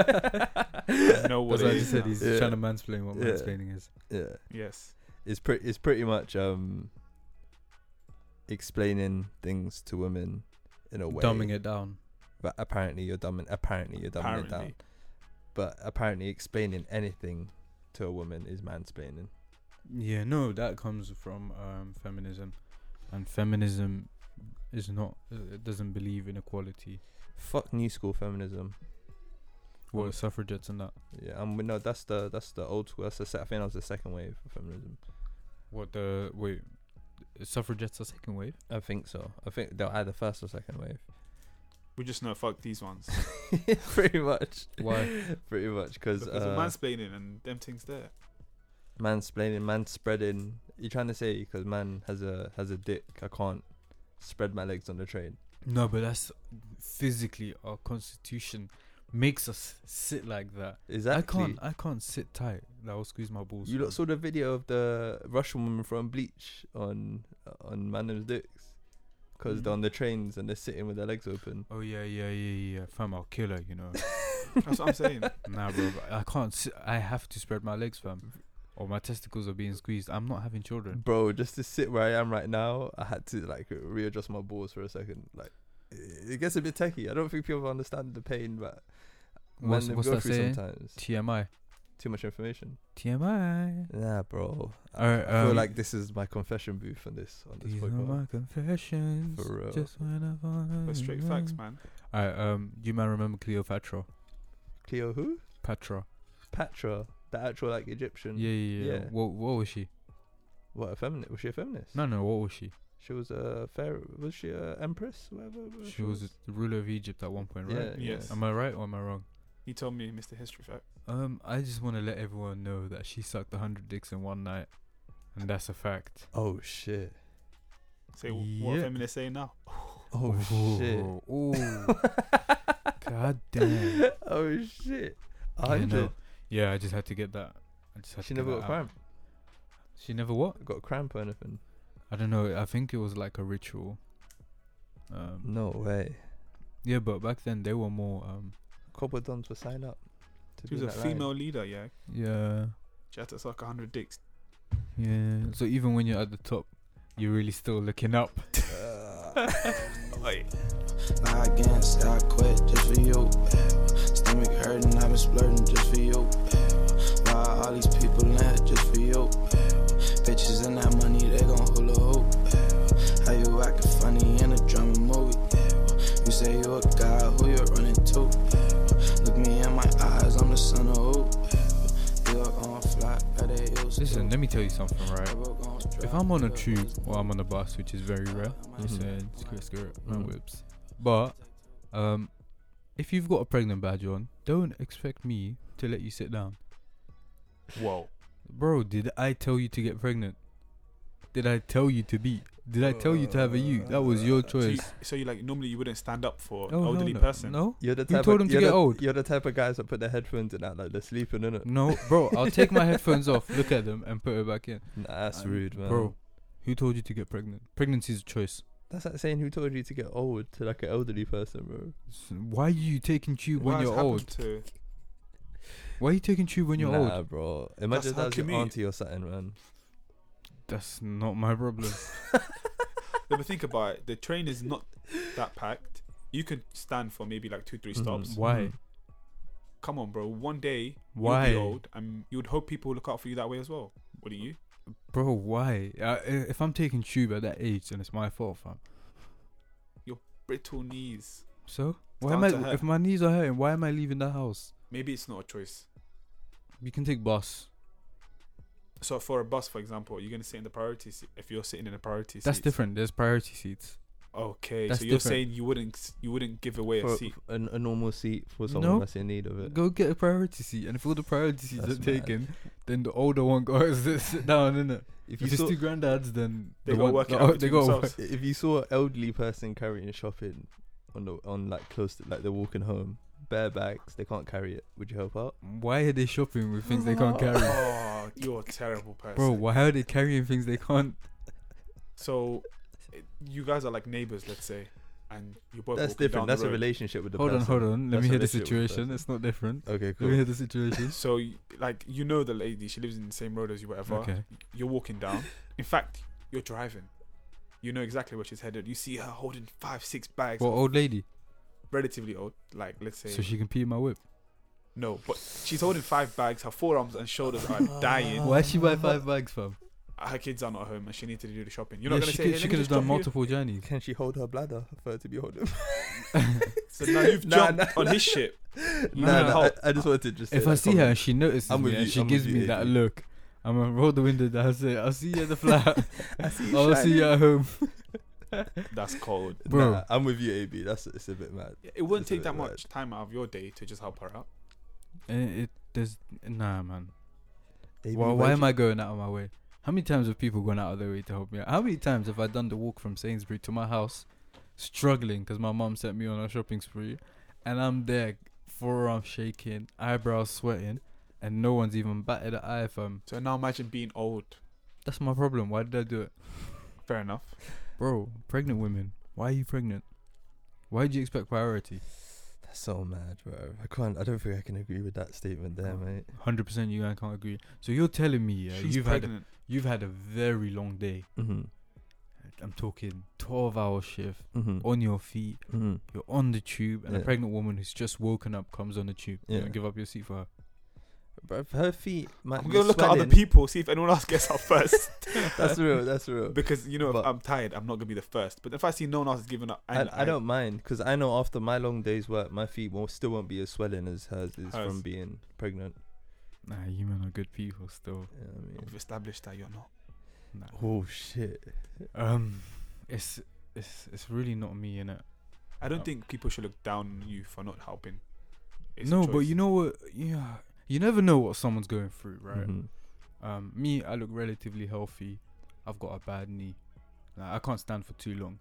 S4: I know what
S1: That's what
S4: it
S1: I
S4: is
S1: just said.
S4: now.
S1: He's
S2: Yeah.
S1: trying to mansplain what
S2: Yeah.
S1: mansplaining is.
S2: yeah,
S4: Yes.
S2: it's pretty it's pretty much um explaining things to women in a way.
S1: Dumbing it down.
S2: But apparently you're dumbing apparently you're dumbing it down.
S4: Apparently.
S2: But apparently explaining anything to a woman is mansplaining.
S1: Yeah, no, that comes from um, feminism, and feminism is not. uh, It doesn't believe in equality.
S2: Fuck new school feminism.
S1: What suffragettes and that.
S2: Yeah, and we no, that's the that's the old school. That's the se- I think that was the second wave of feminism.
S1: What the wait? Suffragettes are second wave.
S2: I think so. I think they're either first or second
S4: We just know fuck these ones.
S2: wave. pretty much.
S1: Why?
S2: Pretty much because
S4: Because
S2: uh,
S4: of mansplaining and them things there.
S2: mansplaining, man spreading. You're trying to say because man has a has a dick. I can't spread my legs on the train.
S1: No, but that's physically our constitution makes us sit like that.
S2: Is that
S1: I can't. I can't sit tight. That will squeeze my balls.
S2: You lot
S1: man.
S2: saw the video of the Russian woman from Bleach on on Manim's dicks.
S1: Mm.
S2: because they're on the trains and they're sitting with their legs open.
S1: Oh yeah, yeah, yeah, yeah. Fam, I'll kill her. You know.
S4: That's what I'm saying.
S1: nah, bro. but I can't. Sit. I have to spread my legs, fam. Or my testicles are being squeezed. I'm not having children.
S2: Bro, just to sit where I am right now, I had to like readjust my balls for a second. Like, it it gets a bit techie. I don't think people understand the pain that men
S1: What's-
S2: they
S1: what's
S2: go
S1: that
S2: through
S1: saying?
S2: sometimes.
S1: TMI.
S2: Too much information.
S1: TMI.
S2: Nah, bro.
S1: Alright,
S2: I feel
S1: um,
S2: like this is my confession booth on this on this
S1: These are
S2: podcast.
S1: my confessions.
S2: For real.
S1: Just when I wanna
S4: But straight facts,
S1: Mm-hmm.
S4: man.
S1: All right, um, you might remember Cleopatra.
S2: Cleo who?
S1: Patra.
S2: Patra, the actual like Egyptian.
S1: Yeah, yeah, Mm, yeah.
S2: Yeah.
S1: What, what was she?
S2: What a feminist? Was she a feminist?
S1: No, no, what was she?
S2: She was a fair. Was she a empress? Whatever. whatever
S1: She was the ruler of Egypt at one point,
S2: Yeah.
S1: right? Um,
S4: Yes.
S2: Yes.
S1: Am I right or am I wrong?
S4: You told me, Mr. History Fact.
S1: Um, I just want to let everyone know that she sucked a hundred dicks in one night, and that's a fact.
S2: Oh shit.
S4: Say wh- what
S1: Yeah.
S4: a feminist saying now.
S2: Oh shit.
S1: Oh, god damn.
S2: Oh shit. A
S1: Yeah,
S2: hundred.
S1: no. Yeah, I just had to get that. I just had
S2: She
S1: to get
S2: never got
S1: that
S2: a
S1: out.
S2: cramp.
S1: She never what?
S2: Got a cramp or anything.
S1: I don't know. I think it was like a ritual. Um,
S2: No way.
S1: yeah, but back then they were more. Um,
S2: Cobble Dons were signed up. To
S4: She
S2: be
S4: was
S2: in
S4: a
S2: that line.
S4: female leader, yeah.
S1: yeah,
S4: She had to suck 100 dicks.
S1: yeah. So even when you're at the top, you're really still looking up.
S6: Nah, I can't stop, quit just for you. eh. Stomach hurting, I've been splurting just for you. eh. Why all these people in it just for you? eh. Bitches and that money, they gon' hula hoop. eh. How you acting funny in a drama movie? eh. You say you a guy, who you running to? eh. Look me in my eyes, I'm the son of who? eh. You a gon' fly, but they used
S1: Listen,
S6: to.
S1: let me tell you something, right?
S6: You a gon'
S1: If
S6: drive,
S1: I'm on a
S6: you a
S1: tube
S6: gon'
S1: or I'm on a bus, which is very rare, it's
S2: Mhm.
S1: a
S4: Mm-hmm.
S1: skirt, skirt, man
S2: Mhm.
S1: whips. But um, if you've got a pregnant badge on, don't expect me to let you sit down.
S4: Whoa.
S1: Bro, did I tell you to get pregnant? Did I tell you to beat? Did I tell you to have a you? That was your
S4: So you,
S1: choice.
S4: so you like normally you wouldn't stand up for an
S1: Oh, hell
S4: elderly
S1: no.
S4: person.
S1: No,
S2: You're the type
S1: told
S2: of,
S1: him to
S2: you're
S1: get
S2: the-
S1: old.
S2: You're the type of guys that put their headphones in out like they're sleeping in it.
S1: no, bro. I'll take my headphones off, look at them, and put it back in.
S2: Nah, that's
S1: Um,
S2: rude, man.
S1: Bro, who told you to get pregnant? Pregnancy is a choice.
S2: That's like saying who told you to get old to like an elderly person, bro.
S1: S- Why are you taking tube
S4: What
S1: when
S4: has
S1: you're
S4: happened
S1: old?
S4: to-
S1: Why are you taking tube when you're
S2: nah,
S1: old?
S2: bro. Imagine
S4: her
S2: that's your
S4: commute.
S2: auntie or something, man.
S1: That's not my problem.
S4: No, but think about it. The train is not that packed. You could stand for maybe like two, three stops. Mm-hmm.
S2: Mhm.
S1: Mm-hmm. Why?
S4: Come on, bro. One day
S1: Why?
S4: you'll be old, and you would hope people look out for you that way as well, wouldn't you?
S1: Bro, why? Uh, if I'm taking tube at that age, then it's my fault, fam.
S4: Brittle knees.
S1: So? Why
S4: down
S1: am
S4: to
S1: I?
S4: her.
S1: If my knees are hurting, why am I leaving the house?
S4: Maybe it's not a choice.
S1: You can take bus.
S4: So for a bus, for example, you're gonna sit in the priority seat. If you're sitting in the priority seat,
S1: That's different. There's priority seats.
S4: Okay,
S1: That's
S4: so you're
S1: different.
S4: saying you wouldn't you wouldn't give away
S2: For
S4: a
S2: a,
S4: seat.
S2: a, a normal seat for someone
S1: No.
S2: that's in need of it.
S1: Go get a priority seat, and if all the priority seats
S2: That's
S1: are
S2: mad.
S1: taken, then the older one goes to sit down, innit?
S2: If
S1: If,
S2: you
S1: it's
S2: saw,
S1: two granddads, then
S4: They
S1: the
S4: go
S1: one-
S4: work it
S1: oh,
S4: out
S1: They
S4: they
S1: go
S4: themselves.
S2: if you saw an elderly person carrying shopping on the on like close to like they're walking home, bare bags, they can't carry it. Would you help out?
S1: Why are they shopping with things they can't carry?
S4: Oh, you're a terrible person,
S1: Bro, why are they carrying things they can't?
S4: So it- you guys are like neighbors, let's say, and you both.
S2: That's
S4: walking down
S2: different.
S4: the
S2: That's a
S4: road.
S2: relationship with the
S1: Hold on,
S2: person.
S1: hold on. Let
S2: That's
S1: me
S2: a
S1: hear the
S2: relationship with the
S1: situation. It's not different.
S2: Okay,
S1: Let me
S2: cool.
S1: hear the situation.
S4: So y- like you know the lady, she lives in the same road as you, whatever.
S1: okay.
S4: You're walking down. In fact, you're driving. You know exactly where she's headed. You see her holding five, six bags.
S1: Well, old lady.
S4: relatively old, like let's say
S1: So she can pee in my whip.
S4: no, but she's holding five bags. Her forearms and shoulders are dying.
S2: Oh.
S1: Why she buy five bags, fam?
S4: Her kids are not home, and she needs to do the shopping. You're not
S1: yeah, she
S4: gonna say
S1: could,
S4: "Hey,
S1: she
S4: let me
S1: could have
S4: just
S1: done
S4: drop you."
S1: multiple journeys.
S2: Can she hold her bladder for her to be holding?
S4: So now you've
S2: Nah,
S4: jumped
S2: nah,
S4: on
S2: nah.
S4: his ship. You
S2: nah,
S4: need
S2: nah,
S4: help.
S2: I, I just wanted to just. say
S1: If I
S2: that
S1: see her
S2: comment.
S1: and she notices
S2: I'm
S1: me
S2: with
S1: and
S2: you,
S1: she
S2: I'm with
S1: gives
S2: you,
S1: me that
S2: Adrian.
S1: look, I'm gonna roll the window down and say, I'll see you at the flat.
S2: I see
S1: I'll see you at home.
S4: That's cold.
S1: Bro.
S2: Nah, I'm with you, AB. That's it's a bit mad.
S4: It wouldn't
S2: It's a
S4: take
S2: bit
S4: that
S2: mad.
S4: much time out of your day to just help her out.
S1: And it, there's, nah, man.
S2: AB,
S1: Why, why am I going out of my way? How many times have people gone out of their way to help me out? How many times have I done the walk from Sainsbury to my house, struggling because my mum sent me on a shopping spree, and I'm there, forearm shaking, eyebrows sweating, and no one's even batted an eye from.
S4: So now imagine being old.
S1: That's my problem. Why did I do it,
S4: Fair enough.
S1: bro? Pregnant women. Why are you pregnant? Why did you expect priority?
S2: That's so mad, bro. I can't. I don't think I can agree with that statement there, mate.
S1: Hundred percent, you and I can't agree. So you're telling me, yeah,
S4: She's
S1: you've had
S4: pregnant.
S1: a, you've had a very long day.
S2: Mm-hmm.
S1: I'm talking twelve-hour shift
S2: Mm-hmm.
S1: on your feet.
S2: mm-hmm.
S1: You're on the tube, and a
S2: Yeah.
S1: pregnant woman who's just woken up comes on the tube. Yeah. You
S2: Yeah.
S1: don't give up your seat for her.
S2: Bro, her feet might
S4: I'm
S2: be
S4: gonna look at other
S2: swelling.
S4: people, see if anyone else gets up first.
S2: That's real. That's real.
S4: because you know, if
S2: But-
S4: I'm tired, I'm not gonna be the first. But if I see no one else is giving up,
S2: I, I don't mind because I know after my long day's work, my feet won't still won't be as swelling as hers is
S4: Hers.
S2: from being pregnant.
S1: Nah, you men are good people still.
S2: You know what I mean?
S4: We've established that you're not.
S1: Nah.
S2: Oh shit!
S1: Um, it's it's it's really not me in it.
S4: I don't
S1: No.
S4: think people should look down on you for not helping. It's a
S1: No, but
S4: choice.
S1: you know what? Yeah, you never know what someone's going through, right?
S2: Mhm.
S1: Um, me, I look relatively healthy. I've got a bad knee. Like, I can't stand for too long.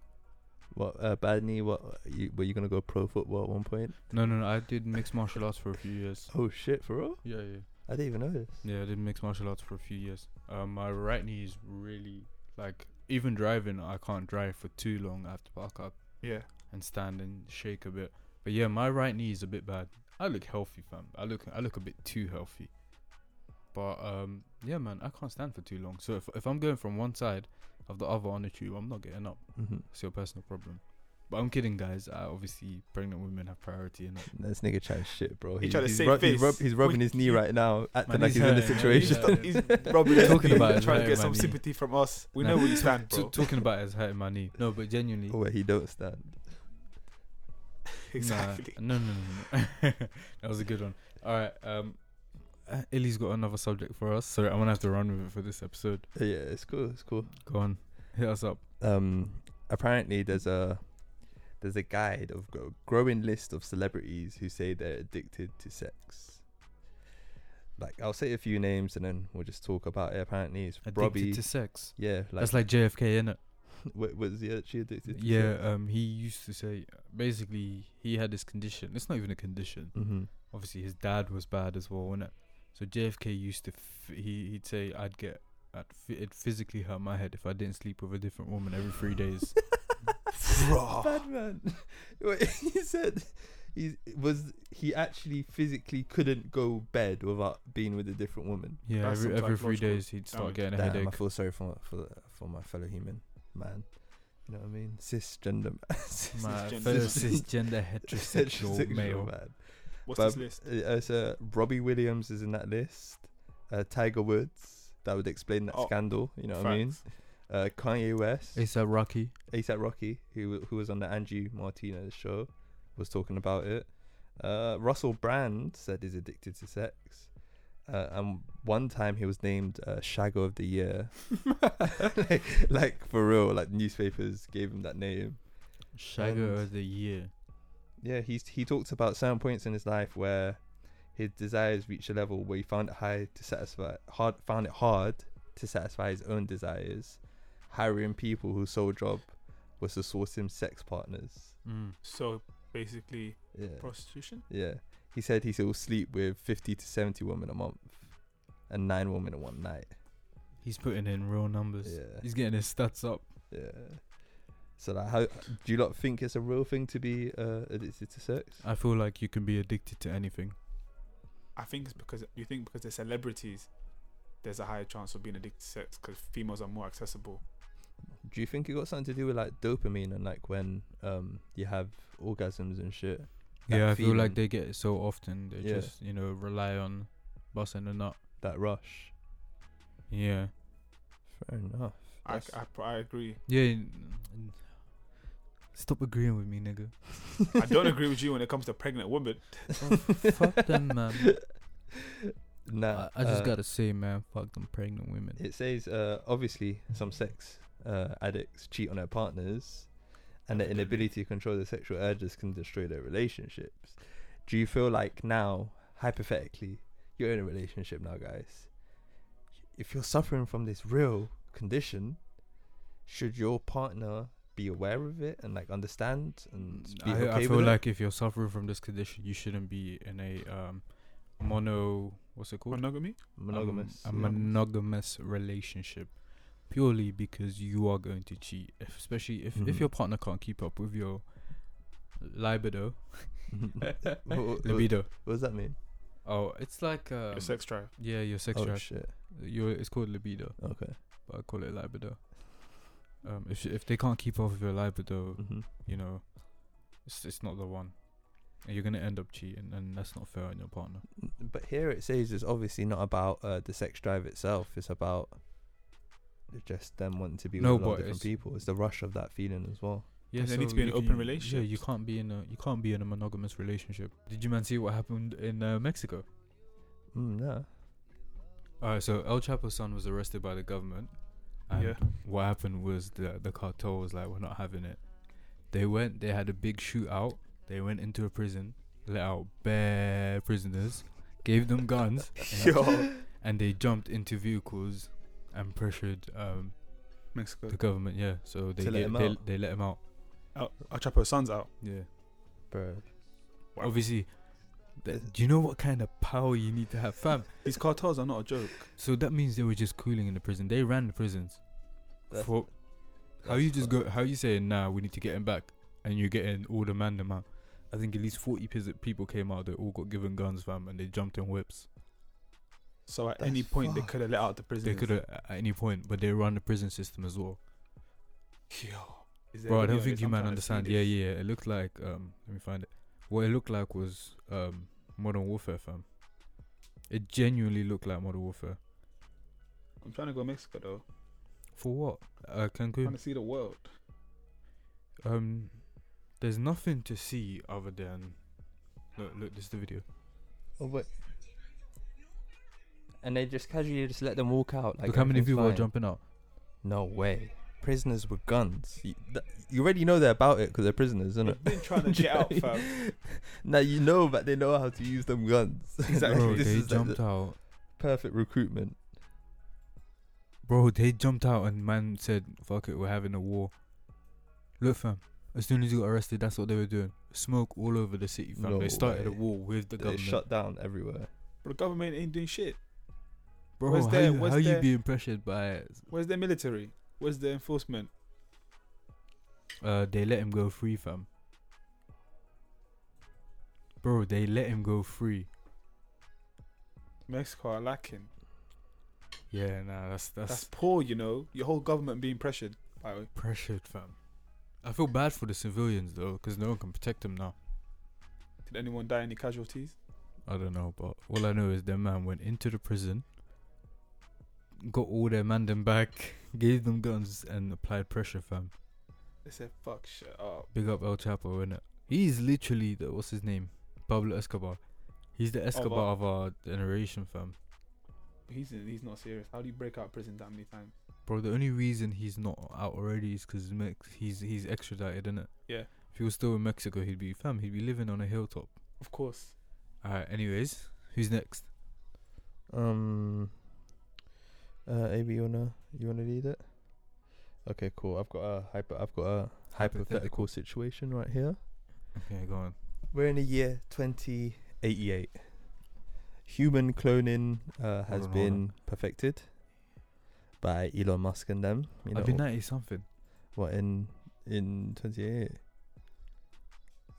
S2: What uh, bad knee? What you, were you gonna go pro football at one point?
S1: No, no, no. I did mixed martial arts for a few years.
S2: Oh shit! For real?
S1: Yeah, yeah,
S2: I didn't even know this.
S1: yeah. I did mixed martial arts for a few years. Um, my right knee is really like even driving. I can't drive for too long. I have to park up
S4: yeah,
S1: and stand and shake a bit. But yeah, my right knee is a bit bad. I look healthy, fam. I look I look a bit too healthy. But um, yeah, man, I can't stand for too long. So if if I'm going from one side of the other on the tube, I'm not getting up.
S2: Mm-hmm.
S1: It's your personal problem. But I'm kidding, guys. Uh, obviously, pregnant women have priority, and
S2: This nigga chatting shit, bro.
S4: He tried to
S2: he's,
S4: save
S2: he's,
S4: face.
S2: he's rubbing
S4: What
S2: his knee
S4: you-
S2: right now, acting like
S1: knee's
S2: he's in the
S1: hurting, man.
S2: situation.
S1: Yeah.
S4: he's Robbie
S1: Talking about it,
S4: trying to
S1: right,
S4: get some
S1: Manny.
S4: sympathy from us. We
S1: Nah.
S4: know where you stand, bro. Oh,
S1: talking about it is hurting my knee. No, but genuinely,
S2: Where he don't stand.
S4: exactly.
S1: Nah, no, no, no, no. that was a good one. All right. Um, uh, Illy's got another subject for us. Sorry, I'm gonna have to run with it for this episode.
S2: Yeah, it's cool. It's cool.
S1: Go on, hit us up.
S2: um apparently there's a there's a guide of gro- growing list of celebrities who say they're addicted to sex like i'll say a few names and then we'll just talk about it apparently it's
S1: Addicted
S2: robbie
S1: to sex.
S2: yeah like,
S1: That's like JFK, innit?
S2: wa- was he actually addicted to
S1: Yeah. Um, he used to say basically he had this condition. It's not even a condition.
S2: mm-hmm.
S1: obviously his dad was bad as well, wasn't it? So JFK used to f- he he'd say I'd get I'd f- it physically hurt my head if I didn't sleep with a different woman every three days. Oh.
S2: bad man Wait, he said he was he actually physically couldn't go bed without being with a different woman
S1: Yeah,
S4: That's
S1: every
S4: some
S1: every three
S4: psychological
S1: days he'd start
S4: damage.
S1: getting a
S2: Damn, I
S1: headache.
S2: feel sorry for for for my fellow human man. You know what I mean? Cisgender, cis-
S1: My
S4: Cisgender.
S1: fellow cisgender heterosexual male.
S2: man.
S4: What's
S2: But
S4: this list?
S2: uh, it's, uh, Robbie Williams is in that list. Uh, Tiger Woods. That would explain that
S4: Oh,
S2: scandal. You know what I mean?
S4: Facts.
S2: Uh, Kanye West,
S1: It's a Rocky.
S2: ASAP Rocky, who w- who was on the Angie Martinez show, was talking about it. Uh, Russell Brand said he's addicted to sex. Uh, and one time he was named uh, Shagger of the Year like, like for real, like newspapers gave him that name.
S1: Shagger
S2: And-
S1: of the year.
S2: Yeah, he's he talks about certain points in his life where his desires reached a level where he found it high to satisfy hard found it hard to satisfy his own desires, hiring people whose sole job was to source him sex partners.
S1: Mm.
S4: So basically,
S2: Yeah,
S4: prostitution.
S2: yeah. He said he still sleep with fifty to seventy women a month, and nine women in one night.
S1: He's putting in real numbers.
S2: Yeah.
S1: He's getting his stats up.
S2: Yeah. So like, how do you not think it's a real thing to be uh, addicted to sex?
S4: Uh.
S1: I feel like you can be addicted to anything.
S4: I think it's because you think because they're celebrities, there's a higher chance of being addicted to sex because females are more accessible.
S2: Do you think it got something to do with like dopamine and like when um you have orgasms and shit? That
S1: yeah, I feel like
S2: feeling,
S1: they get it so often. They
S2: Yeah.
S1: just you know rely on busting a nut.
S2: that rush.
S1: Yeah.
S2: Fair enough.
S4: I,
S2: That's-
S4: I, pr- I agree.
S1: Yeah. n- n- Stop agreeing with me, nigga.
S4: I don't agree with you when it comes to pregnant women.
S2: Oh,
S1: fuck them, man.
S2: Nah,
S1: I, I just
S2: uh,
S1: gotta say, man, fuck them pregnant women.
S2: It says uh obviously some sex uh addicts cheat on their partners, and their inability to control their sexual urges can destroy their relationships. Do you feel like now, hypothetically, you're in a relationship now, guys? If you're suffering from this real condition, should your partner be aware of it and like understand and be
S1: Mm, I,
S2: okay
S1: I feel
S2: with
S1: like if you're suffering from this condition, you shouldn't be in a um, mono. What's it called?
S4: Monogamy.
S2: it? monogamous?
S1: Um, a
S2: yeah.
S1: monogamous relationship. purely because you are going to cheat, if- especially if, if
S2: Mhm.
S1: your partner can't keep up with your libido.
S2: what, what, what
S1: libido.
S2: does that mean?
S1: Oh, it's like um,
S4: Your sex drive.
S1: Yeah, your sex
S2: Oh
S1: drive.
S2: shit.
S1: your it's called libido,
S2: Okay.
S1: but I call it libido. Um, if if they can't keep up with your libido,
S2: Mm-hmm.
S1: you know, it's it's not the one, and you're gonna end up cheating, and that's not fair on your partner.
S2: But here it says it's obviously not about uh, the sex drive itself. It's about just them wanting to be
S1: No,
S2: with a
S1: but
S2: lot of different
S1: it's-
S2: people. It's the rush of that feeling as well.
S1: Yeah,
S4: They need to be in
S1: if
S4: open
S1: you- Yeah, you
S4: relationships.
S1: can't be in a you can't be in a monogamous relationship. Did you man see what happened in uh, Mexico?
S2: Mm, yeah.
S1: All right, so El Chapo's son was arrested by the government, and
S4: Yeah.
S1: what happened was the the cartel was like, "We're not having it." They went, they had a big shootout. They went into a prison, let out bare prisoners, gave them guns, and, and they jumped into vehicles and pressured um,
S4: Mexico.
S1: the government. Yeah, so they
S2: To let
S1: get-
S2: 'em
S1: they,
S2: out.
S1: they let him out.
S4: El, El uh, Chapo's son's out.
S1: Yeah,
S2: Bro.
S4: Wow.
S1: obviously. th- do you know what kind of power you need to have, fam?
S4: These cartels are not a joke.
S1: So that means they were just cooling in the prison. They ran the prisons.
S2: That's-
S1: for How
S2: that's
S1: you just
S2: fu-
S1: go? How you saying nah? We need to get him back, and you're getting all the man them out. I think at least forty pis- people came out. They all got given guns, fam, and they jumped in whips.
S4: So at
S2: That's
S4: any point they
S2: fucked.
S4: could have let out the prisoners.
S1: They could have at any point, but they run the prison system as well.
S4: Yo. Is there
S1: Bro, I
S4: video
S1: don't
S4: of
S1: think
S4: this?
S1: you
S4: I'm
S1: man
S4: trying to
S1: understand.
S4: see
S1: Yeah,
S4: this.
S1: yeah. It looked like um. Let me find it. What it looked like was um modern warfare, fam. It genuinely looked like modern warfare.
S4: I'm trying to go to Mexico though.
S1: For what? Uh,
S4: I'm
S1: Cancun.
S4: trying to see the world.
S1: Um, there's nothing to see other than look. Look, this is the video.
S2: Oh, wait. And they just casually just let them walk out. Like
S1: look how many
S2: everything's
S1: people are
S2: fine.
S1: jumping out.
S2: No way. Prisoners with guns. You, th- you already know they're about it because they're prisoners, isn't it?
S4: They've been trying to get out, fam.
S2: Now you know that they know how to use them guns.
S4: Exactly.
S1: Bro,
S2: this
S1: they
S2: is like
S1: jumped
S2: the
S1: out.
S2: perfect recruitment.
S1: Bro, they jumped out and man said, "Fuck it, we're having a war." Look, fam. As soon as you got arrested, that's what they were doing. Smoke all over the city, fam.
S2: No
S1: they started a
S2: way.
S1: war with the
S2: They
S1: government.
S2: shut down everywhere.
S4: But the government ain't doing shit.
S1: Bro,
S4: Where's
S1: how,
S4: their-
S1: you,
S4: where's
S1: how you
S4: their-
S1: being pressured by?
S4: Where's their military? Where's their enforcement?
S1: Uh, they let him go free, fam. Bro, they let him go free.
S4: Mexico are lacking.
S1: Yeah, nah, that's that's,
S4: That's poor, you know. Your whole government being pressured by
S1: pressured, fam. I feel bad for the civilians though, because no one can protect them now.
S4: Did anyone die? Any casualties?
S1: I don't know, but all I know is their man went into the prison, got all their man them back, gave them guns, and applied pressure, fam.
S4: They said, "Fuck shit up."
S1: Big up El Chapo, innit? He's literally the what's his name, Pablo Escobar. He's the Escobar of our generation, fam.
S4: He's in, he's not serious. How do you break out of prison that many times?
S1: Bro, the only reason he's not out already is because he's he's extradited, innit?
S4: Yeah.
S1: If he was still in Mexico, he'd be fam. He'd be living on a hilltop.
S4: Of course.
S1: Alright. Anyways, who's next?
S2: Um. Uh, AB, you wanna you wanna lead it? Okay, cool. I've got a hyper. I've got a hypothetical
S1: Hypothetical.
S2: situation right here.
S1: Okay, go on.
S2: We're in the year 2088. Human cloning uh,
S1: Hold on,
S2: has
S1: hold
S2: been perfected by Elon Musk and them. You know,
S1: I'd be ninety something.
S2: what in in 28?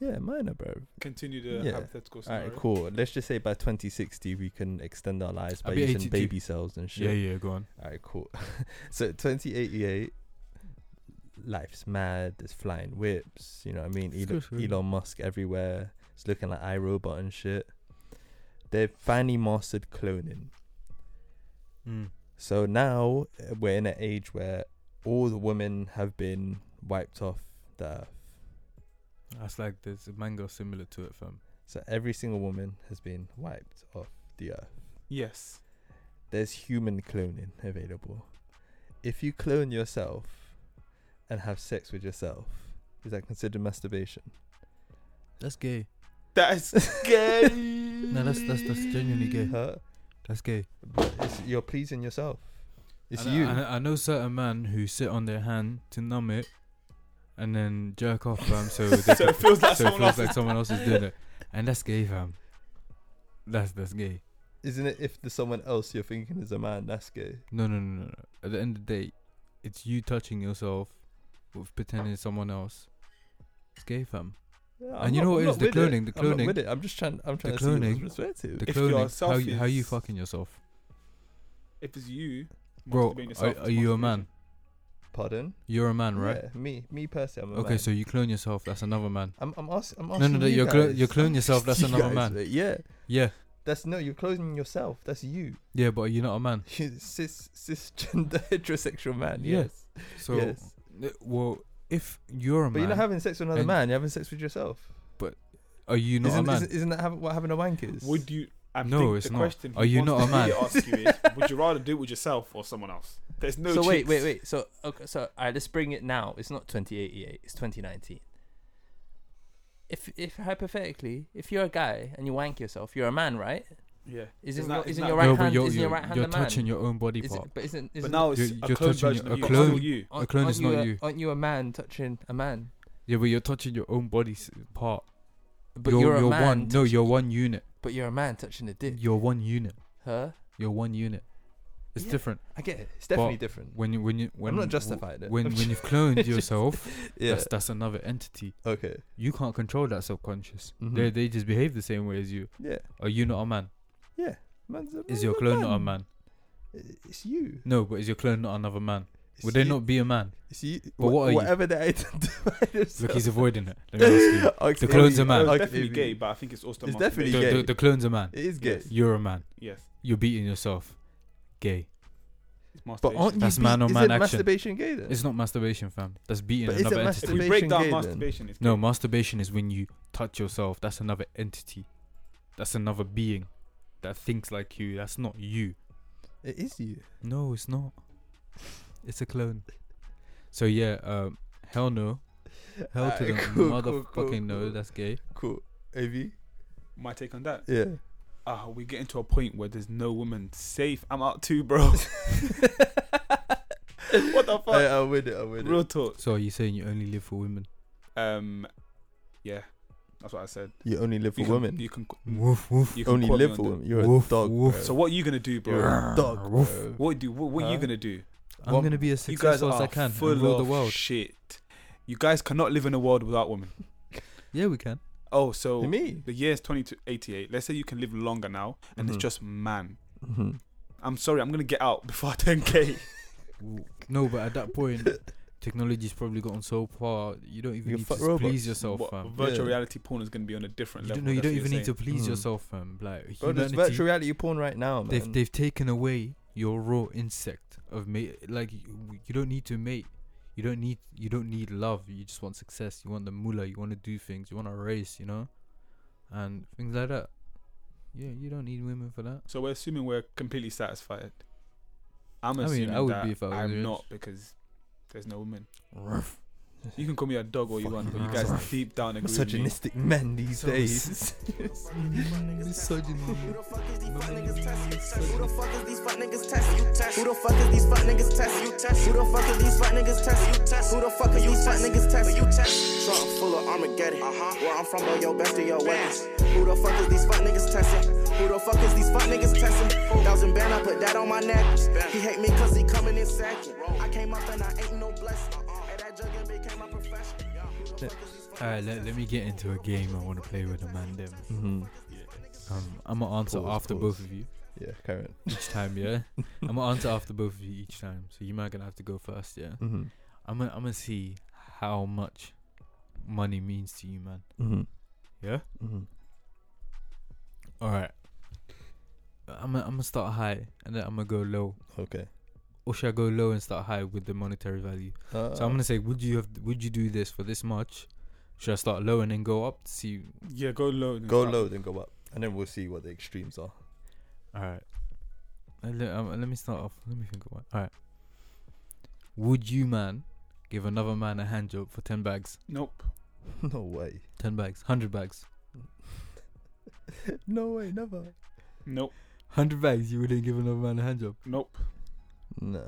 S2: Yeah, minor, bro.
S4: Continue the
S2: Yeah.
S4: hypothetical
S2: All
S4: scenario.
S2: right, cool. Let's just say by 2060 we can extend our lives by
S1: I'd be
S2: using
S1: 82.
S2: baby cells and shit.
S1: Yeah, yeah. Go on.
S2: All right, cool. so 2088, life's mad. There's flying whips. You know what I mean?
S1: It's
S2: Elon,
S1: good, really.
S2: Elon Musk everywhere. It's looking like iRobot and shit. They've finally mastered cloning.
S1: Mm.
S2: So now uh, we're in an age where all the women have been wiped off the earth.
S1: That's like there's a mango similar to it, fam.
S2: So every single woman has been wiped off the earth.
S4: Yes.
S2: there's human cloning available. If you clone yourself and have sex with yourself, is that considered masturbation?
S1: That's gay.
S4: That's
S2: Gay.
S1: No, that's- that's- that's genuinely gay.
S2: Huh?
S1: That's gay.
S2: But it's, you're pleasing yourself. It's
S1: I, know-
S2: you.
S1: I, know- I know certain men who sit on their hand to numb it, and then jerk off, fam. So they
S4: So
S1: can-
S4: it feels like
S1: so it
S4: someone
S1: feels
S4: else
S1: like
S4: is-
S1: someone else is doing it, and that's gay, fam. That's that's gay.
S2: Isn't it if there's someone else you're thinking is a man, that's gay?
S1: No, no, no, no, no. At the end of the day, it's you touching yourself with pretending it's someone else. It's gay, fam.
S2: Yeah,
S1: And you know what
S2: I'm
S1: it is? The
S2: with
S1: cloning, the
S2: I'm, not
S1: cloning.
S2: with it. I'm just trying. I'm trying
S1: The
S2: to see
S1: cloning.
S2: what's perspective.
S1: The
S4: If you're
S1: cloning, how you, how you
S4: selfies-
S1: fucking yourself,
S4: If it's you,
S1: bro?
S4: masturbating yourself,
S1: Are,
S4: it's
S1: are you a man?
S2: Pardon?
S1: You're a man, right?
S2: Yeah, me, me personally. I'm a
S1: okay,
S2: man.
S1: so you clone yourself. That's another man.
S2: I'm, I'm, ask, I'm
S1: no,
S2: asking.
S1: no,
S2: you
S1: you're clo-
S2: guys.
S1: you're cloning
S2: I'm
S1: yourself, that's
S2: asking you
S1: another
S2: guys,
S1: man.
S2: mate, Yeah,
S1: Yeah,
S2: that's no. You're cloning yourself. That's you.
S1: yeah, but you're not a man.
S2: cis cisgender heterosexual man.
S1: Yeah,
S2: Yes.
S1: So,
S2: yes.
S1: n- well, if you're a
S2: But you're
S1: man,
S2: not having sex with another
S1: and-
S2: man. You're having sex with yourself.
S1: are you not
S2: isn't,
S1: a man?
S2: Isn't, isn't that have, what having a wank is?
S4: Would you? I
S1: No,
S4: think
S1: it's
S4: the
S1: not.
S4: question he
S1: Are you
S4: wants
S1: not a
S4: to really
S1: man?
S4: ask you is, would you rather do it with yourself or someone else? There's no.
S2: so wait,
S4: cheeks.
S2: wait, wait. So okay, so all right, let's bring it now. It's not 2088. It's 2019. If if hypothetically, if you're a guy and you wank yourself, you're a man, right?
S4: Yeah.
S2: Isn't
S4: that-
S2: your- isn't
S4: that-
S1: no,
S2: your right
S1: but
S2: hand-
S1: you're,
S2: isn't
S1: you're,
S2: your right hand
S1: you're
S2: a man?
S1: touching your own body
S2: Is
S1: part.
S2: it, but isn't
S4: But
S2: isn't
S4: now it's
S1: You're-
S4: a
S1: you're
S4: clone
S1: touching
S4: version
S1: your-
S4: of
S1: a
S4: you.
S1: clone.
S4: It's still you.
S1: A clone is
S2: you
S1: not
S2: a,
S1: you.
S2: Aren't you a man touching a man?
S1: yeah, but you're touching your own body s- part.
S2: But
S1: you're,
S2: you're, a
S1: you're
S2: man.
S1: one. No,
S2: touch-
S1: you're one unit.
S2: But you're a man touching a dick.
S1: You're one unit.
S2: Huh?
S1: You're one unit. It's
S2: Yeah.
S1: different
S2: I get it. It's definitely
S1: But
S2: different.
S1: when you when you when
S2: not
S1: w-
S2: justifying it.
S1: When
S2: I'm
S1: when
S2: ju-
S1: you've cloned
S2: just-
S1: yourself,
S2: Yeah.
S1: that's that's another entity.
S2: okay.
S1: You can't control that subconscious.
S2: Mhm.
S1: They they just behave the same way as you.
S2: Yeah.
S1: Are you not a man?
S2: Yeah. Man's a,
S1: Is
S2: man's
S1: your clone not a man?
S2: I- It's you.
S1: No, but is your clone not another man?
S2: It's
S1: Would they
S2: you.
S1: not be a man?
S2: It's you.
S1: But what are you?
S2: Whatever they identify themselves.
S1: Look, he's avoiding it. Let me ask you.
S2: Okay,
S1: The clone's a man.
S4: It's
S2: okay,
S4: definitely
S2: maybe.
S4: gay, but I think it's also.
S2: It's
S4: masturbation.
S1: The,
S2: definitely
S1: the-
S2: gay.
S1: the clone's a man.
S2: It is gay.
S4: Yes.
S1: You're a man.
S4: Yes.
S1: You're beating yourself. Gay.
S4: It's
S2: But
S4: masturbation.
S2: aren't you
S1: That's
S2: be-
S1: man on
S2: is
S1: man
S2: it
S1: action.
S2: masturbation gay then?
S1: It's not masturbation, fam. That's beating
S2: But is it
S1: another
S4: if
S1: entity.
S4: we
S2: masturbation
S4: break down
S2: gay then?
S4: masturbation, it's
S1: No,
S4: gay.
S1: masturbation is when you touch yourself. That's another entity. That's another being that thinks like you. That's not you.
S2: it is you.
S1: No, it's not. It's a clone. So yeah, um, hell no. Hell to
S2: Alright,
S1: the
S2: cool, cool,
S1: motherfucking
S2: cool,
S1: no.
S2: cool.
S1: That's gay.
S2: Cool. Av.
S4: My take on that.
S2: Yeah.
S4: Ah, we're getting to a point where there's no woman safe. I'm out too, bro. What the fuck?
S2: I, I'm with it. I'm with
S4: Real
S2: it.
S4: talk.
S1: So are you saying you only live for women?
S4: Um, yeah, that's what I said.
S2: You only live for
S4: You can,
S2: women.
S4: You can,
S1: Woof woof.
S4: you can
S2: only
S4: quote me
S2: live
S4: on
S2: for
S4: that.
S2: women. You're
S1: Woof,
S2: a dog.
S1: woof.
S2: bro.
S4: So what are you gonna do, bro?
S2: You're a dog.
S1: Woof.
S2: bro.
S4: What do what, what are you
S2: Huh?
S4: gonna do?
S1: I'm
S2: what-
S1: gonna be as
S4: You guys
S1: successful
S4: are
S1: as I can
S4: full
S1: and rule
S4: of
S1: the world.
S4: shit. You guys cannot live in a world without women.
S1: yeah, we can.
S4: Oh, so
S2: You mean?
S4: the year's 2088. Let's say you can live longer now, and
S1: Mm-hmm.
S4: it's
S2: Mhm.
S4: just man.
S2: Mhm.
S4: I'm sorry, I'm gonna get out before I turn gay.
S1: No, but at that point, technology's probably gotten so far. You don't even
S2: can
S1: need to
S2: fuck
S1: please
S2: robots.
S1: yourself,
S4: What,
S1: fam.
S4: virtual
S2: Yeah.
S4: reality porn is gonna be on a
S1: You
S4: different level.
S1: don't know. You
S4: that's
S1: don't
S4: what
S1: even
S4: you're
S1: need to
S4: saying.
S1: please
S2: Mm.
S1: yourself, fam. Like
S2: Bro, there's
S1: humanity.
S2: virtual reality porn right now, man.
S1: they've they've taken away your raw insect of mate. Like you, you don't need to mate. You don't need you don't need love. You just want success. You want the mullah. You want to do things. You want to race. You know, and things like that. Yeah, you don't need women for that.
S4: So we're assuming we're completely satisfied. I'm
S1: I mean, I
S4: assuming
S1: would
S4: that
S1: be if I was
S4: I'm
S1: rich.
S4: not because there's no women. You can call me a dog all you want, but you
S1: Fucking
S4: guys deep down agree with me.
S2: Misogynistic men these
S1: So
S2: days.
S1: Misogyny.
S7: Who the fuck is these fuck niggas test you test? Who the fuck is these fuck niggas test you test? Who the fuck is these fuck niggas test you test? Who the fuck are you fuck niggas test you test? Trunk full of Armageddon. Uh-huh. Where I'm from, blow your best of your weapons. Who the fuck is these fuck niggas testing? Who the fuck is these fuck niggas testing? Thousand band, I put that on my neck. He hate me cause he coming in second. I came up and I ain't no blessing. And that jugging became my profession. Who the fuck is these fuck
S1: Alright, let, let me get into a game I want to play with a man. Them.
S2: Mm-hmm.
S1: Um, I'm gonna answer
S2: Pause,
S1: after
S2: pause.
S1: both of you
S2: Yeah, Karen.
S1: each time. Yeah, I'm gonna answer after both of you each time. So you might gonna have to go first. Yeah.
S2: Mm-hmm.
S1: I'm gonna, I'm gonna see how much money means to you, man.
S2: Mm-hmm.
S1: Yeah.
S2: Mm-hmm.
S1: All right. I'm gonna, I'm gonna start high and then I'm gonna go low,
S2: Okay.
S1: or should I go low and start high with the monetary value?
S2: Uh,
S1: so I'm gonna say, would you have, would you do this for this much? Should I start low and then go up to see?
S4: Yeah, go low. and
S2: go
S4: start.
S2: low, then go up, and then we'll see what the extremes are.
S1: All right. Uh, le- um, let me start off. Let me think of one. All right. Would you, man, give another man a hand job for ten bags?
S4: Nope.
S2: no way.
S1: Ten bags. Hundred bags.
S2: No way. Never.
S4: Nope.
S1: Hundred bags. You wouldn't give another man a hand job.
S4: Nope.
S2: Nah.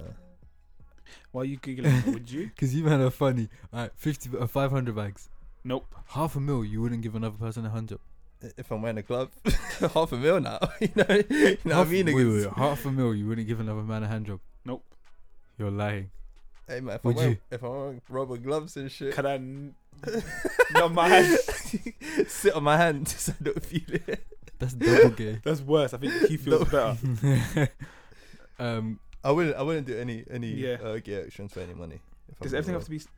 S4: Why are you giggling? Would you?
S1: Cause you man are funny. All right, fifty, uh, five hundred bags,
S4: Nope.
S1: half a mil. You wouldn't give another person a hundred.
S2: I- If I'm wearing a glove, half a mil now. you know, you know what I
S1: half,
S2: mean?
S1: wait, wait,
S2: Niggas?
S1: wait, half a mil. You wouldn't give another man a hand job.
S4: Nope.
S1: You're lying.
S2: Hey man, if
S1: Would
S2: I'm wearing,
S1: you?
S2: if I'm wearing rubber gloves and shit,
S4: Can I? n- not my hand.
S2: sit on my hand so I don't feel it.
S1: That's double gay.
S4: That's worse. I think he feels better.
S1: um,
S2: I wouldn't. I wouldn't do any any
S4: Yeah.
S2: uh, gay actions for any money. if
S4: Does
S2: I'm
S4: everything
S2: real.
S4: have to be? s-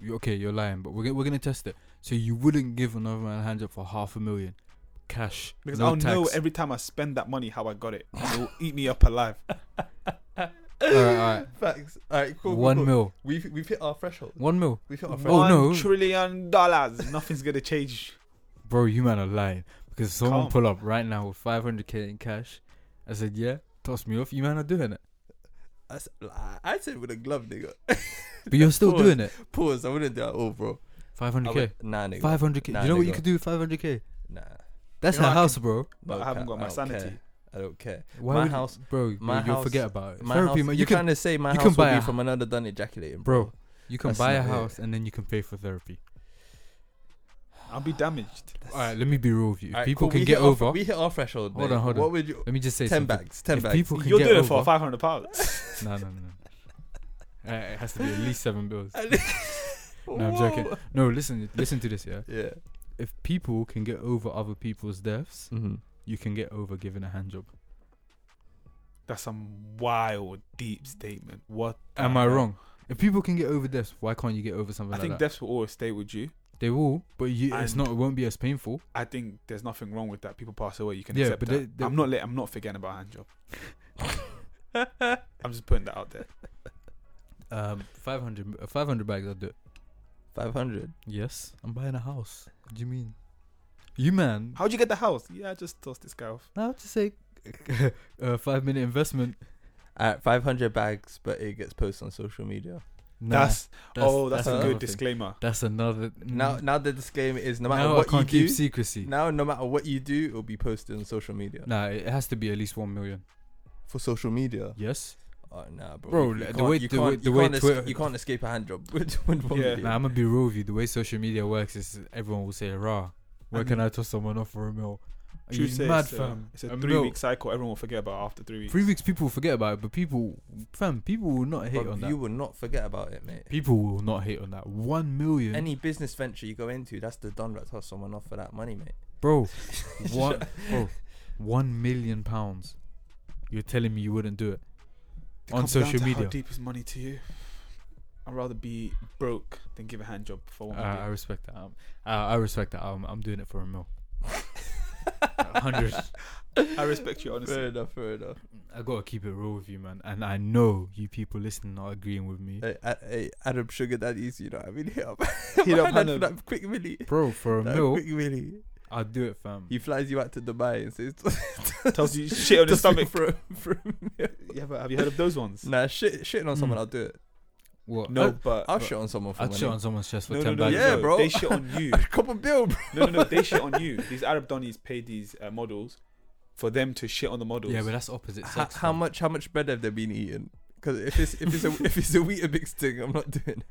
S1: you- okay, you're lying, but we're gonna, we're gonna test it. So you wouldn't give another man a hand job for half a million, cash,
S4: Because
S1: no
S4: I'll
S1: tax.
S4: know every time I spend that money how I got it. And It'll eat me up alive.
S1: Alright, alright.
S2: Facts. All right, cool. cool,
S1: one
S2: cool.
S1: mil,
S2: We've we've hit our threshold.
S1: one mil,
S2: We've hit our
S1: Oh,
S2: threshold.
S4: One
S1: no.
S4: trillion dollars. Nothing's gonna change.
S1: bro. You man are lying because if someone
S4: Calm.
S1: pull up right now with 500k in cash. I said, yeah, toss me off. You man are doing it,
S2: I s- I, I said with a glove, nigga.
S1: but you're still
S2: Pause.
S1: doing it.
S2: Pause. I wouldn't do that at all, bro. I
S1: 500k,
S2: would- Nah, nigga.
S1: 500k.
S2: Nah,
S1: you know what you
S2: nigga.
S1: could do with 500k?
S2: Nah.
S1: That's
S4: You know,
S1: her
S4: I
S1: house, bro.
S4: But I
S2: don't
S4: haven't
S2: care.
S4: got my
S2: don't
S4: sanity.
S2: care. I don't care.
S1: Why
S2: my
S1: would-
S2: house-
S1: bro?
S2: my
S1: you'll
S2: house-
S1: forget about it.
S2: My
S1: Therapy,
S2: house,
S1: man.
S2: you're
S1: You can,
S2: trying to say my
S1: you can
S2: house
S1: buy
S2: will
S1: a-
S2: be from another done ejaculating,
S1: bro. You can
S2: That's
S1: buy a
S2: not it.
S1: house and then you can pay for therapy.
S4: I'll be damaged.
S1: All right, let me be real with you. If
S2: Alright,
S1: people
S2: cool,
S1: can
S2: we
S1: get
S2: hit our-
S1: over.
S2: we hit our threshold.
S1: Hold
S2: mate.
S1: on, hold on.
S2: What would you?
S1: Let me just say
S2: Ten
S1: something.
S2: bags. Ten
S1: if
S2: bags.
S1: people can
S4: You're
S1: get
S4: doing
S1: over,
S4: it for five hundred pounds.
S1: No, no, no. no. Uh, it has to be at least seven bills. No, I'm joking.
S2: Whoa.
S1: No, listen, listen to this. Yeah,
S2: Yeah.
S1: if people can get over other people's deaths,
S2: Mm-hmm.
S1: you can get over giving a hand job.
S4: That's some wild, deep statement. What? the
S1: Am I
S4: hell?
S1: wrong? If people can get over deaths, why can't you get over something
S4: I
S1: like
S4: think
S1: that?
S4: deaths will always stay with you.
S1: they will, but you, it's
S4: And-
S1: not. It won't be as painful.
S4: I think there's nothing wrong with that. People pass away. You can
S1: Yeah,
S4: accept
S1: but
S4: that.
S1: they- they-
S4: I'm not. Let, I'm not forgetting about hand job. I'm just putting that out there.
S1: Um, 500, uh, 500 bags. I'll do it.
S2: Five hundred.
S1: Yes, I'm buying a house. What do you mean? You man,
S4: How'd you get the house? Yeah, I just tossed this guy off.
S1: now to say, uh, five minute investment.
S2: Alright, five hundred bags, but it gets posted on social media.
S1: Nah,
S4: that's, oh, that's, a
S1: another
S4: good
S1: thing.
S4: disclaimer.
S1: That's another.
S2: Now, now the disclaimer is Mm. no matter
S1: Now
S2: what
S1: I can't
S2: you do,
S1: keep secrecy.
S2: now no matter what you do, it'll be posted on social media.
S1: Nah, it has to be at least one million.
S2: For social media,
S1: Yes.
S2: oh, nah, bro.
S1: Bro,
S2: you
S1: the
S2: can't-
S1: way-
S2: you
S1: the
S2: can't-
S1: way-
S2: you
S1: the way
S2: can't esca-
S1: Twitter-
S2: you can't escape a hand job. with- with one
S4: Yeah.
S2: video.
S1: Nah, I'm gonna be real with you. The way social media works is everyone will say, "Rah, where
S4: And-
S1: can I toss someone off for a meal?" Are you
S4: Tuesday,
S1: mad,
S4: it's,
S1: fam?
S4: um, it's a,
S1: A
S4: three
S1: mil.
S4: week cycle. Everyone will forget about after three weeks.
S1: Three weeks, people will forget about it, but people, fam, people will not hate
S2: But
S1: on
S2: you
S1: that.
S2: will not forget about it, mate.
S1: People will not hate on that. One million,
S2: Any business venture you go into, that's the don that toss someone off for that money, mate.
S1: bro. One, bro, one million pounds. You're telling me you wouldn't do it?
S4: It
S1: on
S4: comes down
S1: social
S4: to
S1: media.
S4: How deep is money to you? I'd rather be broke than give a hand job for
S1: Uh,
S4: one
S1: I
S4: million.
S1: respect that. Um, I, I respect that. I'm, I'm doing it for a mil. A hundred.
S4: I respect you honestly.
S2: Fair enough, fair enough.
S1: I gotta keep it real with you, man. And I know you people listening are agreeing with me,
S2: Hey, A- hey, Adam Sugar Daddies, you know what I mean? Hit up,
S4: Hit up
S2: my dad for
S4: Adam.
S2: that quick milli.
S1: bro. For a
S2: That
S1: mil,
S2: quick milli.
S1: I'll do it, fam.
S2: He flies you out to Dubai and says,
S4: Tells you shit on his
S2: Just
S4: stomach.
S2: For, for a meal.
S4: Yeah, but have you heard of those ones?
S2: Nah, shit, shitting on someone,
S1: Mm.
S2: I'll do it.
S1: What?
S4: No,
S1: I'd,
S4: but
S2: I'll shit on someone for
S1: I'd
S2: money.
S1: shit on someone's chest for
S4: no, no,
S1: ten
S4: no,
S1: bags.
S2: Yeah,
S4: no.
S2: bro.
S4: They shit on you.
S2: a couple bill, bro.
S4: No, no, no. They shit on you. These Arab Donnies pay these uh, models for them to shit on the models.
S1: Yeah, but that's opposite
S2: How,
S1: sex.
S2: how
S1: fam.
S2: much? How much bread have they been eating? Because if it's if it's a if it's a Weetabix thing, I'm not doing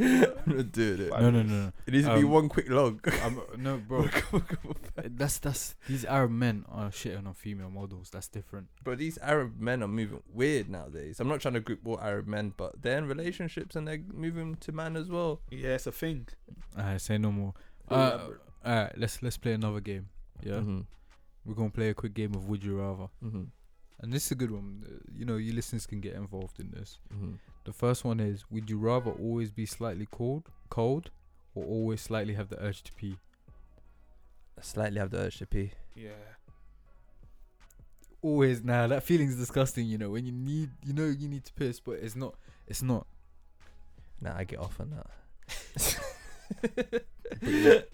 S2: it. I'm not doing it.
S1: No, no, no, no.
S2: It needs to be
S1: Um,
S2: one quick log.
S1: I'm, no, bro. that's that's these Arab men are shitting on female models. That's different.
S2: But these Arab men are moving weird nowadays. I'm not trying to group all Arab men, but they're in relationships and they're moving to man as well.
S4: yeah, it's a thing.
S1: I say no more. Uh, all right, let's let's play another game. Yeah,
S2: Mm-hmm.
S1: we're gonna play a quick game of Would You Rather,
S2: Mm-hmm.
S1: and this is a good one. Uh, You know, you listeners can get involved in this.
S2: Mm-hmm.
S1: The first one is: Would you rather always be slightly cold, cold, or always slightly have the urge to pee?
S2: Slightly have the urge to pee.
S4: Yeah.
S1: always nah that feeling's disgusting you know when you need you know you need to piss but it's not it's not
S2: Nah, I get off on that.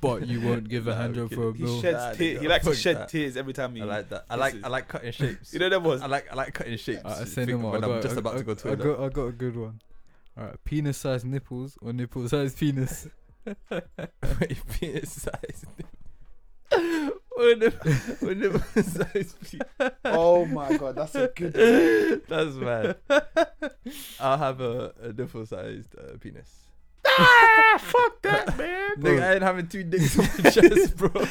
S1: but you won't give a
S2: Nah,
S1: hand
S2: I'm
S1: job for a
S2: kidding.
S4: He
S1: bill
S2: shed-
S4: sheds
S2: Nah,
S4: tears.
S2: nigga,
S4: He likes to
S2: fuck
S4: shed
S2: that.
S4: tears every time he.
S2: I like that. I like I
S4: This
S2: like cutting shapes.
S4: You know that was.
S2: I like I like cutting shapes.
S1: uh, I
S2: Think
S1: said no
S2: of
S1: more. I
S2: when
S1: got,
S2: I'm just
S1: I-
S2: about
S1: I,
S2: to go
S1: I
S2: toilet.
S1: got, I got a good one all right penis sized nipples or nipple sized penis
S2: Wait, penis size. Or nipple- or nipple size penis.
S4: oh my god, that's a good.
S2: That's mad. I'll have a, a nipple sized uh, penis.
S4: ah, fuck that man.
S1: Bro.
S2: Nigga, I ain't having two dicks on my chest, bro.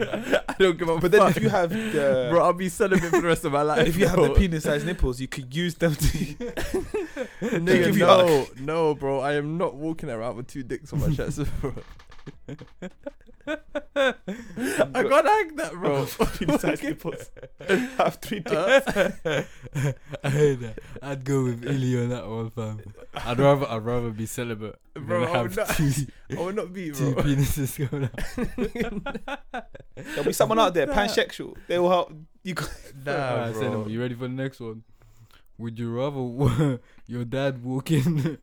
S2: I don't give a
S4: But then
S2: fuck.
S4: if you have the
S2: bro, I'll be celibate for the rest of my life.
S4: if you have the
S2: bro.
S4: penis sized nipples, you could use them to.
S2: Nigga,
S4: give you
S2: no, no, bro, I am not walking around with two dicks on my chest, bro. I can't hack that, bro. Uh,
S4: penis-sized nipples. have three dicks.
S1: I heard that. I'd go with Illy on that one, fam. I'd rather I'd rather be celibate
S2: Bro,
S1: than
S2: I would
S1: have
S2: not-
S1: two,
S2: I will not be,
S1: two
S2: bro.
S1: penises going out.
S4: There'll be someone out there pansexual. They will help. You go-
S2: nah,
S1: Alright, Senem,
S2: Ah, bro.
S1: you ready for the next one? Would you rather wa- your dad walk in?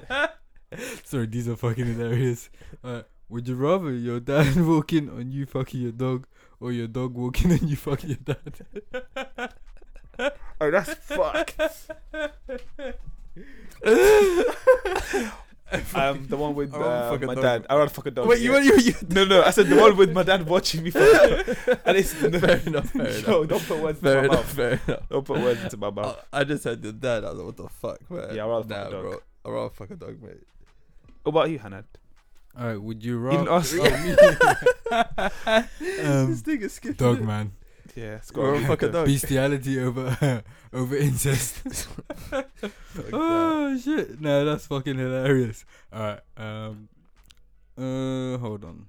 S1: Sorry, these are fucking hilarious. Alright, would you rather your dad walk in on you fucking your dog, or your dog walk in on you fucking your dad?
S4: oh, that's fuck. um, the one with
S2: I wanna
S4: uh,
S2: fuck a
S4: my
S2: dog.
S4: dad. I want to fuck a dog.
S2: Wait, you
S4: yeah.
S2: want you, you?
S4: No, no. I said the one with my dad watching me. Fuck a dog. and it's no,
S2: Fair enough. Fair enough.
S4: Yo, don't put words
S2: fair
S4: in my
S2: enough. Uh,
S4: mouth.
S2: Fair enough.
S4: Don't put words into my mouth.
S2: I, I just had your dad. I was like, what the fuck, man?
S4: Yeah, I'd rather fuck a
S2: nah,
S4: dog.
S2: bro. I'd rather fuck a dog, mate.
S4: what about you, Hanad?
S1: Alright, would you
S4: Even
S1: rather
S4: us.
S1: Um,
S2: this nigga skipped
S1: dog man
S4: Yeah, it's
S2: Or
S4: got
S2: fuck a dog.
S1: bestiality over over incest?
S2: Fuck that.
S1: Oh shit! No, that's fucking hilarious. All right. Um. Uh, hold on.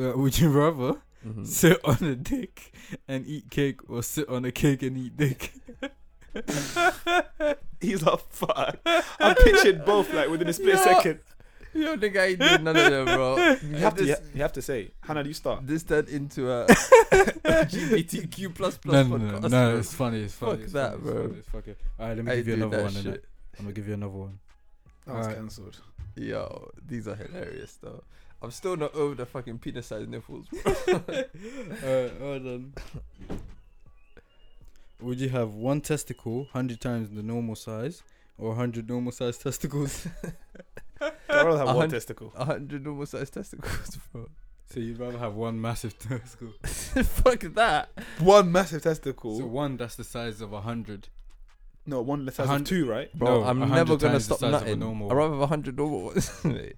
S1: Uh, would you rather
S2: Mhm.
S1: sit on a dick and eat cake, or sit on a cake and eat dick?
S4: He's like fuck. I pictured both like within a split
S2: Yeah.
S4: second.
S2: Yo, nigga, I ain't did none of them, bro.
S4: You have to.
S2: this,
S4: You have to say, Hanad, you start.
S2: this turned into a LGBTQ plus
S1: No,
S2: plus
S1: no, no,
S2: podcast.
S1: no,
S2: bro.
S1: It's funny. It's funny.
S2: Fuck
S1: it's
S2: that,
S1: funny,
S2: bro.
S1: It's funny, it's funny. All right, let me
S2: I
S1: give you
S2: do
S1: another
S2: that
S1: one. innit?
S2: shit.
S1: I'm gonna give you another one.
S4: That was
S1: Alright.
S4: cancelled.
S2: Yo, these are hilarious though. I'm still not over the fucking penis sized nipples. bro.
S1: Alright, hold on. Would you have one testicle, hundred times the normal size, or hundred normal size testicles?
S4: I rather have
S2: A
S4: one
S2: hundred-
S4: testicle.
S2: A hundred normal sized testicles, bro.
S1: So you'd rather have one massive testicle.
S2: Fuck that.
S4: One massive testicle.
S1: So one that's the size of a hundred.
S4: no, one the size
S1: hundred-
S4: of two, right?
S2: Bro,
S1: No,
S2: I'm
S1: 100
S2: never gonna
S1: times the
S2: stop
S1: size of a
S2: nutting.
S1: normal
S2: I'd rather have a hundred normal ones. mate.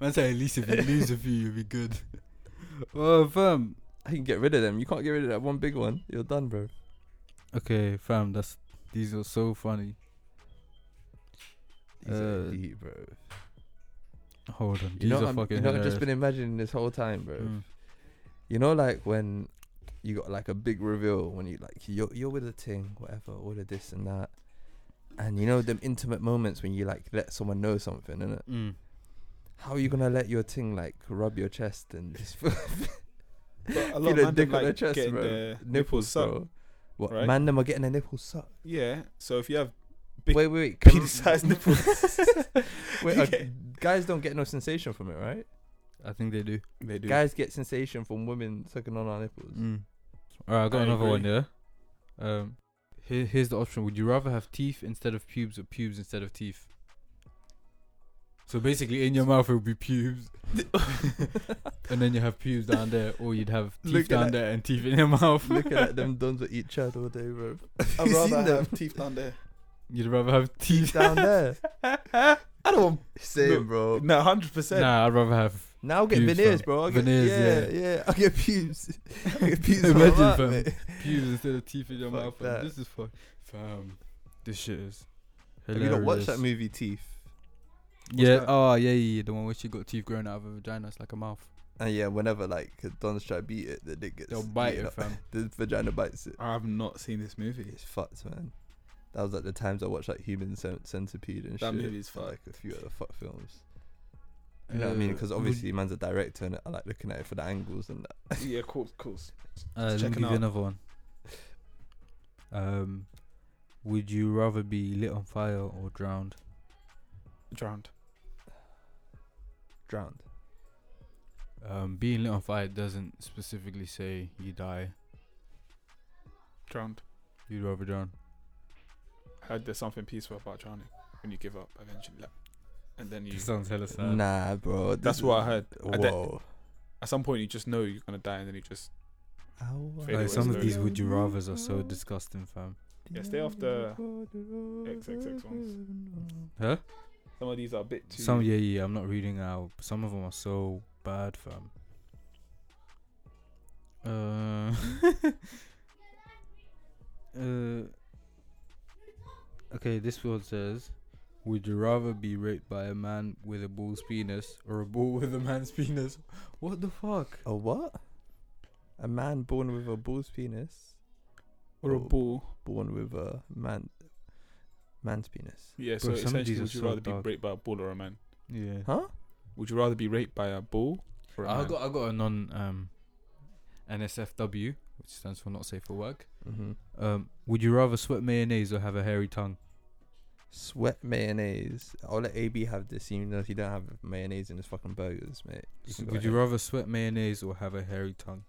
S1: Man, say at least if you lose a few, you'll be good. Well, fam.
S2: I can get rid of them. You can't get rid of that one big one. You're done, bro.
S1: Okay, fam. That's these are so funny.
S2: These are
S1: Uh,
S2: deep, bro.
S1: Hold on,
S2: You
S1: these
S2: know,
S1: are
S2: I'm,
S1: fucking.
S2: you know, I've just been
S1: hilarious.
S2: imagining this whole time, bro.
S1: Mm.
S2: You know, like when you got like a big reveal when you like you're you're with a ting, whatever, all of this and that, and you know them intimate moments when you like let someone know something, innit?
S1: Mm.
S2: How are you gonna let your ting like rub your chest and just feel
S4: But a
S2: a
S4: man don't
S2: dick on
S4: like
S2: their chest,
S4: getting
S2: bro?
S4: their
S2: Nipples,
S4: sucked,
S2: bro. What
S4: right?
S2: man? Them are getting their nipples sucked.
S4: Yeah. So if you have Big
S2: wait, wait, wait. can-
S4: penis-sized nipples,
S2: wait, uh,
S4: Okay.
S2: guys don't get no sensation from it, right?
S1: I think they do.
S4: they do.
S2: Guys get sensation from women sucking on our nipples.
S1: Mm. All right, I got
S4: I
S1: another one.
S4: agree.
S1: Yeah. Um, here, here's the option. Would you rather have teeth instead of pubes or pubes instead of teeth? So basically, in your mouth it would be pubes, and then you have pubes down there, or you'd have teeth
S2: Look at
S1: down
S2: that.
S1: there and teeth in your mouth.
S2: Looking at them dons that eat chad all day, bro.
S4: I'd
S2: You seen
S4: rather
S2: them?
S4: have teeth down there.
S1: You'd rather have teeth.
S2: down there.
S4: I don't. want...
S2: Same,
S4: Look,
S2: bro.
S4: No, hundred percent.
S1: Nah, I'd rather have.
S2: Now I'll get
S1: Pubes,
S2: veneers,
S1: fam.
S2: bro. I'll get,
S1: Veneers,
S2: yeah, yeah. I'll get pubes. I'll get pubes.
S1: Imagine,
S2: Imagine,
S1: fam.
S2: mate.
S1: pubes instead of teeth in your
S2: Fuck
S1: mouth. fam.
S2: that.
S1: This is fuck, fam. This shit is.
S2: Have you not watched that
S1: hilarious.
S2: movie, Teeth?
S1: Yeah.
S4: that?
S1: Oh, yeah, yeah, yeah. The one where she got teeth growing out of her vagina. It's like a mouth.
S2: And yeah, whenever like Don's try to beat it, the dick gets
S1: They'll bite
S2: eaten
S1: it,
S2: up.
S1: fam.
S2: The vagina bites it.
S4: I've not seen this movie.
S2: It's fucked, man. That was like the times I watched like Human Cent- Centipede and
S4: That
S2: shit.
S4: movie's
S2: and,
S4: fucked.
S2: Like a few other fuck films. You know what I mean?
S1: Uh,
S2: Because
S1: would-
S2: obviously, man's a director, and I like looking at it for the angles and that.
S4: yeah, of course, of course.
S1: Uh, let me
S4: checking
S1: give
S4: out.
S1: you another one. Um, would you rather be lit on fire or drowned?
S4: Drowned.
S2: Drowned.
S1: Um, being lit on fire doesn't specifically say you die.
S4: Drowned.
S1: You'd rather drown.
S4: I heard there's something peaceful about drowning when you give up eventually, like, and then you.
S1: This sounds hella sad.
S2: nah, bro. this
S4: That's
S2: is-
S4: what I heard. I de-
S2: Whoa.
S4: At some point, you just know you're gonna die, and then you just
S2: Ow,
S4: Fade
S1: Like
S4: away
S1: some of
S4: slowly.
S1: these would you rather's are so disgusting, fam.
S4: Yeah, stay off the XXX ones.
S1: Huh?
S4: Some of these are a bit too.
S1: Some yeah yeah. I'm not reading out. Some of them are so bad, fam. Uh. uh. Okay, this one says, "Would you rather be raped by a man with a bull's penis or a bull with a man's penis?" What the fuck?
S2: A what? A man born with a bull's penis,
S4: or a
S2: Oh.
S4: ball.
S2: born with a man, man's penis.
S4: Yeah.
S1: Bro,
S4: so
S1: some of these
S4: essentially,
S1: are
S4: would you
S1: so
S4: rather
S1: dark.
S4: be raped by a bull or a man?
S1: Yeah.
S2: Huh?
S4: Would you rather be raped by a bull or a
S1: I
S4: man?
S1: got I got a non um, NSFW, which stands for not safe for work.
S2: Mm-hmm.
S1: Um, would you rather sweat mayonnaise or have a hairy tongue?
S2: Sweat mayonnaise. I'll let AB have this, even though he don't have mayonnaise in his fucking burgers, mate.
S1: S-
S2: can go
S1: Would you
S2: ahead.
S1: rather sweat mayonnaise or have a hairy tongue?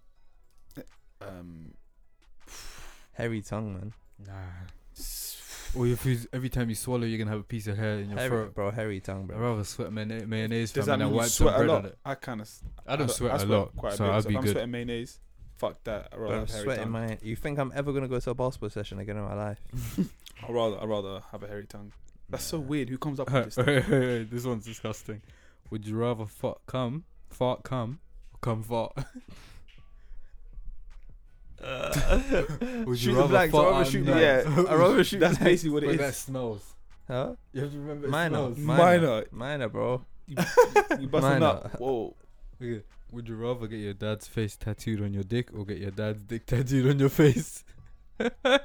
S4: um.
S2: Hairy tongue, man.
S1: Nah. Or if you, every time you swallow, you're gonna have a piece of hair in your
S2: Hairy,
S1: throat.
S2: bro, hairy tongue,
S1: I'd
S2: bro.
S1: rather sweat mayonnaise. mayonnaise
S4: Does
S1: fam,
S4: that
S1: and I
S4: mean you
S1: wipe some
S4: sweat a
S1: bread on
S4: lot?
S1: it.
S4: I kind of.
S1: I don't sweat a lot, so
S4: i
S1: I'd be
S4: if I'm
S1: good.
S4: sweating mayonnaise, fuck that. I'd rather
S2: Bro, I'm
S4: have hairy
S2: sweating
S4: tongue.
S2: my. You think I'm ever gonna go to a basketball session again in my life?
S4: I'd rather I'd rather have a hairy tongue. That's so
S2: Nah.
S4: weird. Who comes up with this? stuff?
S1: this, one's disgusting. Would you rather fuck come, fart come, or come fart? Would
S2: shoot
S1: you
S2: the
S1: rather
S2: blacks.
S1: fuck
S2: I'd rather
S1: out
S2: shoot
S1: nice?
S2: blacks. I'd rather shoot
S4: That's
S2: blacks.
S4: basically what
S1: But
S4: it
S1: that
S4: is.
S1: smells.
S2: Huh?
S1: You have to remember it
S2: Minor,
S1: smells.
S2: minor,
S4: Minor.
S2: minor, bro.
S4: You busting
S2: Minor.
S4: up. Whoa.
S1: Okay. Would you rather get your dad's face tattooed on your dick or get your dad's dick tattooed on your face?
S2: I-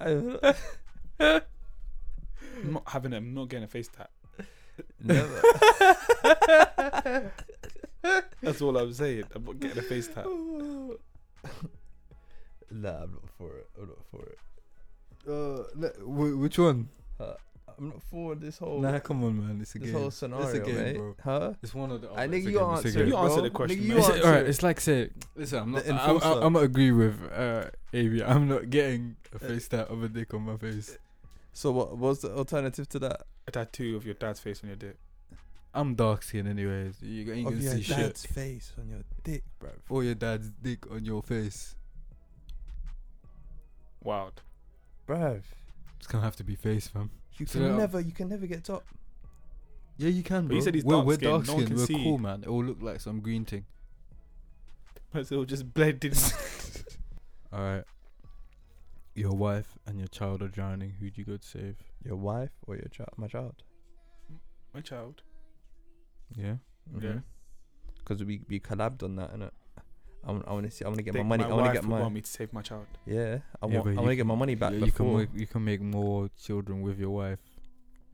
S4: I'm not having it. I'm not getting a face tat.
S2: Never.
S1: Uh,
S4: That's all I'm saying. I'm not getting a face tat.
S2: nah, I'm not for it. I'm not for it.
S1: Uh, le- wh- which one?
S2: I'm not for this whole
S1: Nah, come on, man. It's a
S2: this
S1: game.
S2: whole scenario,
S1: game,
S2: mate.
S1: bro.
S2: Huh?
S1: It's one of the. oh,
S2: I
S1: it's a
S2: nigga,
S1: game, it's
S2: you
S1: a
S2: answer.
S1: game.
S2: it,
S4: You answer
S2: bro.
S4: the question,
S2: Nigga,
S4: man.
S2: you
S1: It's,
S4: It's-
S2: answer.
S1: all right,
S2: it.
S1: it's like say, listen, I'm not.
S2: The
S1: I'm,
S2: enforcer.
S1: I'm, I'm gonna agree with uh, Av. I'm not getting
S2: Uh,
S1: a face tat of a dick on my face.
S2: So what was the alternative to that?
S4: A tattoo of your dad's face on your dick.
S1: I'm dark skinned anyways. You ain't
S2: Of
S1: gonna
S2: your
S1: see shit.
S2: dad's face on your dick, bro.
S1: Or your dad's dick on your face.
S4: Wild.
S2: Bro,
S1: It's gonna have to be face, fam.
S2: you
S1: So
S2: can
S1: that-
S2: never, you can never get top.
S1: Yeah, you can.
S4: But
S1: Bro.
S4: you said he's
S1: we're we're
S4: dark-skinned, no one
S1: dark-skinned,
S4: can
S1: we're cool,
S4: see.
S1: man. It will look like some green thing.
S4: But it'll just blend in.
S1: All right. Your wife and your child are drowning. Who'd you go to save?
S2: Your wife or your child? My child.
S4: My child.
S1: Yeah.
S4: Yeah.
S2: Because Mm-hmm. we we collabed on that, innit? I'm, I want to see. I want to get
S4: Think
S2: my money.
S4: My
S2: I want to
S4: wife
S2: get
S4: would
S2: my.
S4: want me to save my child.
S2: Yeah, I
S1: Yeah, but
S2: want. I
S1: you
S2: want to get
S1: can-
S2: my money back
S1: Yeah, you can
S2: before.
S1: make you can make more children with your wife.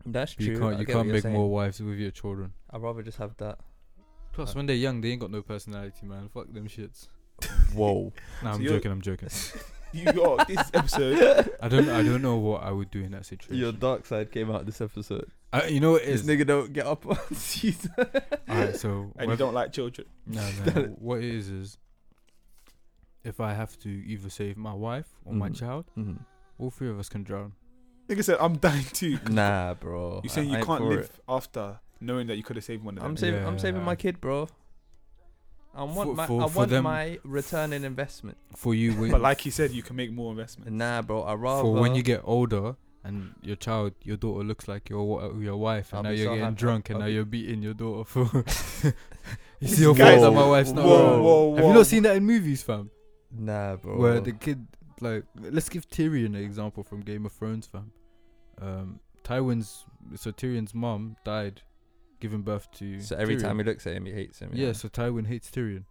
S2: That's
S1: But
S2: true.
S1: you can't
S2: I
S1: you
S2: get what
S1: can't
S2: you're
S1: make
S2: saying.
S1: more wives with your children.
S2: I'd rather just have that.
S1: Plus,
S2: Uh,
S1: when they're young, they ain't got no personality, man. Fuck them shits.
S2: Whoa.
S1: Nah, I'm
S4: you're-
S1: joking. I'm joking.
S4: You got this episode.
S1: I don't I don't know what I would do in that situation.
S2: Your dark side came out this episode.
S1: I, you know what it
S2: This
S1: is.
S2: nigga don't get up on season.
S1: Alright, so
S4: And you
S1: whether-
S4: don't like children.
S1: No, no. what it is is, if I have to either save my wife or my
S2: Mhm.
S1: child,
S2: Mhm.
S1: all three of us can drown.
S4: Nigga said, I'm dying too.
S2: Nah, bro.
S4: You saying
S2: I- I
S4: you
S2: ain't
S4: can't
S2: for
S4: live
S2: it.
S4: after knowing that you could have saved one of them?
S2: I'm saving. I'm
S1: Yeah.
S2: saving my kid, bro. I want
S1: For-
S2: my.
S1: for-
S2: I
S1: for
S2: want
S1: them-
S2: my return in investment.
S1: For you, when,
S4: But like he said, you can make more investment.
S2: Nah, bro. I rather.
S1: for when you get older and your child, your daughter looks like your wa- your wife, and
S2: I'll
S1: now
S2: be
S1: you're
S2: so
S1: getting
S2: happy.
S1: drunk, and
S2: I'll
S1: now
S2: be-
S1: you're beating your daughter for. you see
S4: This
S1: how
S4: guy's-
S1: that my wife's not.
S4: Whoa,
S1: around?
S4: whoa,
S1: Have you
S4: whoa.
S1: not seen that in movies, fam?
S2: Nah, bro.
S1: Where the kid, like, let's give Tyrion an example from Game of Thrones, fam. Um, Tywin's so Tyrion's mom died, giving birth to.
S2: so every
S1: Tyrion.
S2: time he looks at him, he hates him.
S1: Yeah. so Tywin hates Tyrion.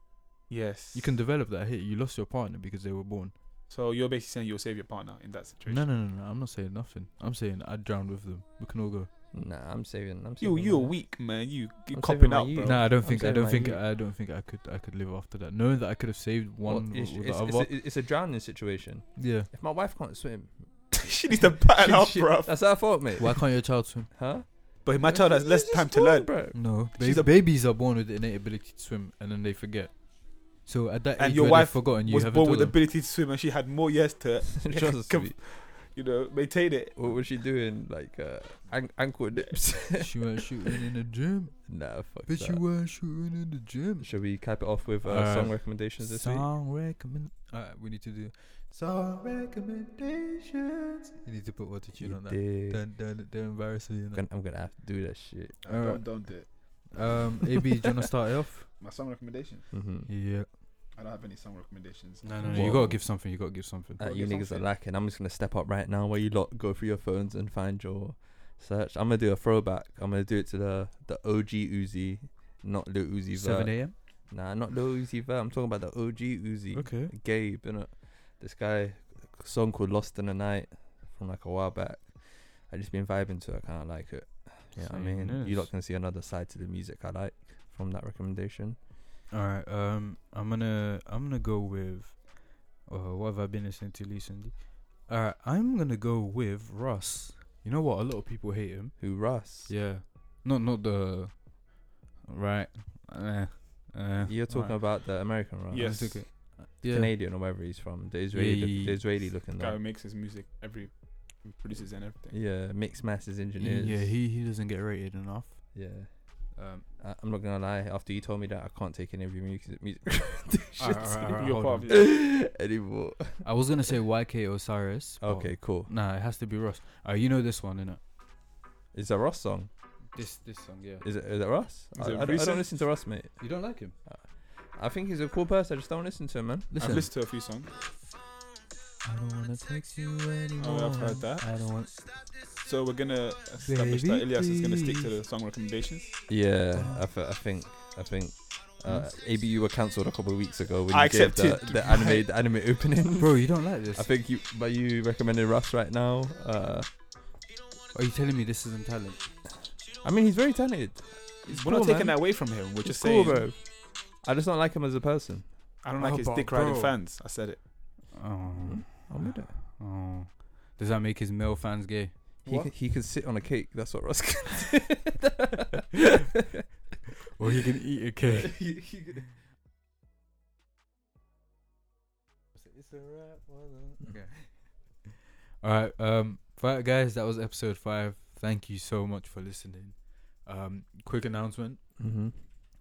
S4: Yes.
S1: You can develop that hate. You lost your partner because they were born.
S4: So you're basically saying you'll save your partner in that situation.
S1: No, no, no, no. I'm not saying nothing. I'm saying I'd drown with them. We can all go.
S2: Nah, I'm saving. I'm saving.
S4: You you are
S2: my-
S4: weak man. You you
S2: I'm saving
S4: copping
S2: my
S4: out,
S2: youth.
S4: bro.
S2: Well,
S1: Nah, I don't
S2: I'm
S1: think. I
S2: saying
S1: don't
S2: my
S1: think.
S2: youth.
S1: I don't think I could. I could live after that. Knowing that I could have saved
S2: Well,
S1: one
S2: it's,
S1: or the
S2: it's-
S1: other.
S2: it's a, it's a drowning situation.
S1: yeah.
S2: If my wife can't swim,
S4: she needs to pattern
S2: she-
S4: up,
S2: she-
S4: bro.
S2: That's our fault, mate.
S1: Why can't your child swim?
S2: Huh?
S4: But my child has
S2: It's
S4: less
S2: just
S4: time to
S2: born,
S4: learn.
S2: bro.
S1: No,
S4: She's
S1: ba-
S4: a-
S1: babies are born with the innate ability to swim, and then they forget. So at that
S4: And
S1: age,
S4: your
S1: when
S4: wife
S1: they've forgotten, you
S4: was
S1: haven't
S4: born
S1: told
S4: with the
S1: them.
S4: ability to swim, and she had more years to,
S2: Trust
S4: Come-
S2: me.
S4: you know, maintain it.
S2: What was she doing? Like uh, an- ankle dips?
S1: she weren't shooting in the gym.
S2: nah, fuck
S1: Bitch, you
S2: that.
S1: weren't shooting in the gym.
S2: Should we cap it off with uh,
S1: Uh,
S2: song recommendations this week?
S1: Song recommend. Alright, we need to do Song recommendations. You need to put autotune
S2: You
S1: on that.
S2: dig?
S1: Don't, don't, don't embarrass me.
S2: I'm
S1: innit?
S2: gonna, I'm gonna have to do that shit.
S1: All
S8: don't,
S1: right.
S8: don't do it.
S1: Um, AB, do you want to start it off?
S8: My song recommendation.
S2: Mm-hmm.
S1: Yeah.
S8: I don't have any song recommendations.
S1: No, no, no. You
S2: Whoa.
S1: gotta give something. You gotta give something.
S2: Uh,
S8: Gotta
S2: you
S8: get
S2: niggas are
S8: something.
S2: lacking. I'm just gonna step up right now. Where you lot go through your phones and find your search. I'm gonna do a throwback. I'm gonna do it to the the OG Uzi, not Lil Uzi
S1: Seven
S2: Vert.
S1: a.m.
S2: Nah, not Lil Uzi Vert. I'm talking about the OG Uzi.
S1: Okay.
S2: Gabe, innit? This guy, song called Lost in the Night from like a while back. I just been vibing to it. I kind of like it. Yeah, I
S1: Same
S2: mean, you
S1: as.
S2: lot can see another side to the music I like from that recommendation.
S1: All right. Um, I'm gonna I'm gonna go with. Uh, what have I been listening to recently? All right, I'm gonna go with Russ. You know what? A lot of people hate him.
S2: Who Russ?
S1: Yeah. Not not the. Right. Eh. eh,
S2: You're talking
S1: right.
S2: about the American Russ.
S4: Yes.
S1: okay. Yeah.
S2: Canadian or wherever he's from. The Israeli,
S1: Yeah,
S2: look-
S1: yeah, yeah.
S2: the Israeli looking.
S4: guy who
S2: Guy.
S4: makes his music, every he produces and everything.
S2: Yeah, mixed masses engineers.
S1: Yeah, he he doesn't get rated enough.
S2: Yeah,
S1: Um,
S2: I, I'm not gonna lie. After you told me that, I can't take any of your music, music
S1: all right, all right, all right,
S4: You're
S1: hold on.
S4: part of it.
S2: anymore.
S1: I was gonna say YK Osiris. but
S2: Okay, cool.
S1: Nah, it has to be Russ. Uh, you know this one, innit?
S2: Is that Ross song?
S1: This this song, yeah.
S2: Is it is that Ross?
S4: Is
S2: I,
S4: it
S2: I don't- I
S4: recent?
S2: don't listen to Ross, mate.
S1: You don't like him?
S2: I think he's a cool person. I just don't listen to him, man.
S1: Listen.
S4: I've listened to a few songs.
S1: I don't wanna text you anymore.
S4: Oh, I've heard that.
S1: I don't want.
S4: So we're gonna establish that
S1: Baby,
S4: Elias is gonna stick to the
S1: please.
S4: song recommendations.
S2: Yeah, I, fe- I think I think uh, ABU were cancelled a couple of weeks ago when
S4: I
S2: you gave the,
S4: accepted.
S2: the anime the anime opening.
S1: Bro, you don't like this.
S2: I think you but you recommended Russ right now. Uh,
S1: Are you telling me this isn't talent?
S2: I mean he's very talented. He's
S4: We're
S2: cool,
S4: not taking
S2: man.
S4: that away from him. We're
S2: He's
S4: just
S2: cool,
S4: saying.
S2: bro. I just don't like him as a person.
S4: I don't like
S1: Oh,
S4: his
S1: but
S4: dick riding
S1: bro.
S4: fans. I said it.
S1: Oh,
S2: I'm with it.
S1: oh. Does that make his male fans gay?
S2: He can, he can sit on a cake. That's what Russ can.
S1: Or he can eat a cake? okay. All right, um, fi- guys, that was episode five. Thank you so much for listening. Um, quick announcement:
S2: Mm-hmm.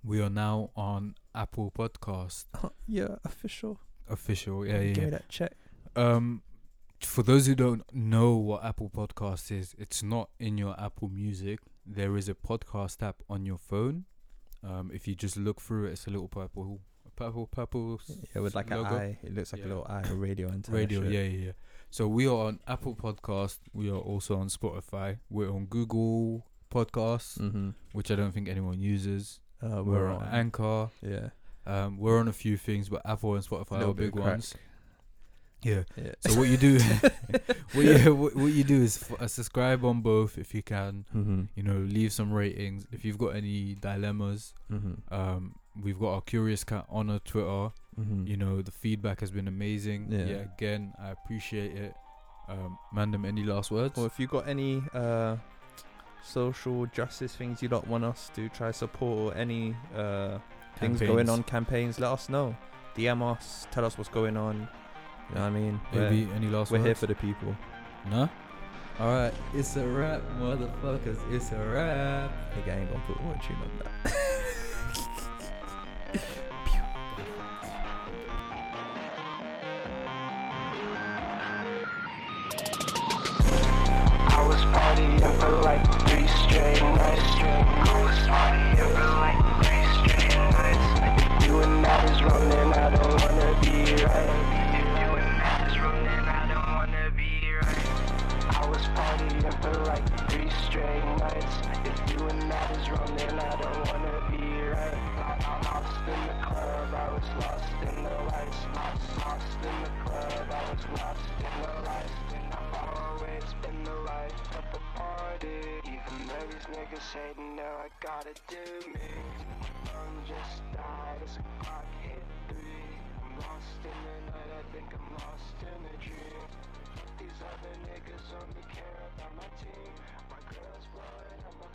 S1: we are now on Apple Podcast
S2: yeah, official.
S1: official. Yeah, yeah.
S2: Give
S1: yeah.
S2: me that check.
S1: Um, for those who don't know what Apple Podcast is, it's not in your Apple Music. There is a podcast app on your phone. Um, if you just look through it, it's a little purple, purple, purple s-
S2: Yeah, with like an
S1: logo.
S2: eye. It looks like
S1: Yeah.
S2: a little eye, a radio antenna.
S1: radio.
S2: shit.
S1: Yeah, yeah, yeah. So we are on Apple Podcast. We are also on Spotify. We're on Google Podcasts,
S2: Mm-hmm.
S1: which I don't think anyone uses.
S2: Uh,
S1: We're, on, Anchor.
S2: Yeah.
S1: Um, we're on a few things, but Apple and Spotify
S2: Little
S1: are
S2: bit
S1: big
S2: of crack.
S1: ones. Yeah.
S2: Yeah.
S1: So what you do, what you what, what you do is f- uh, subscribe on both if you can.
S2: Mm-hmm.
S1: You know, leave some ratings. If you've got any dilemmas,
S2: Mm-hmm.
S1: um, we've got our curious cat on our Twitter.
S2: Mm-hmm.
S1: You know, the feedback has been amazing. Yeah.
S2: Yeah.
S1: again, I appreciate it. Um, Mandem, any last words?
S2: Or if you got any uh, social justice things you don't want us to try support or any uh, things going
S1: Campaigns.
S2: on, campaigns, let us know. DM us, tell us what's going on. You know what I mean? We're,
S1: Maybe any last
S2: we're
S1: words?
S2: here for the people.
S1: Nah. All right, it's a wrap, motherfuckers. It's a wrap.
S2: Nigga, I ain't gonna put one tune on that.
S9: I was partying for like three straight nights. I was partying for like three straight nights. You and I was running, I don't wanna be right. If you and I was running, I don't wanna be right. I was partying for like three straight nights. If you and I was running, I don't wanna be right. I- I'm lost in the club, I was lost in the lights. Lost, lost in the club, I was lost in the lights. I've always been the life of the party. Even though these niggas hating, now I gotta do me. I'm just died as a clock hit three. I'm lost in the night, I think I'm lost in a dream. These other niggas only care about my team. My girl's blood on my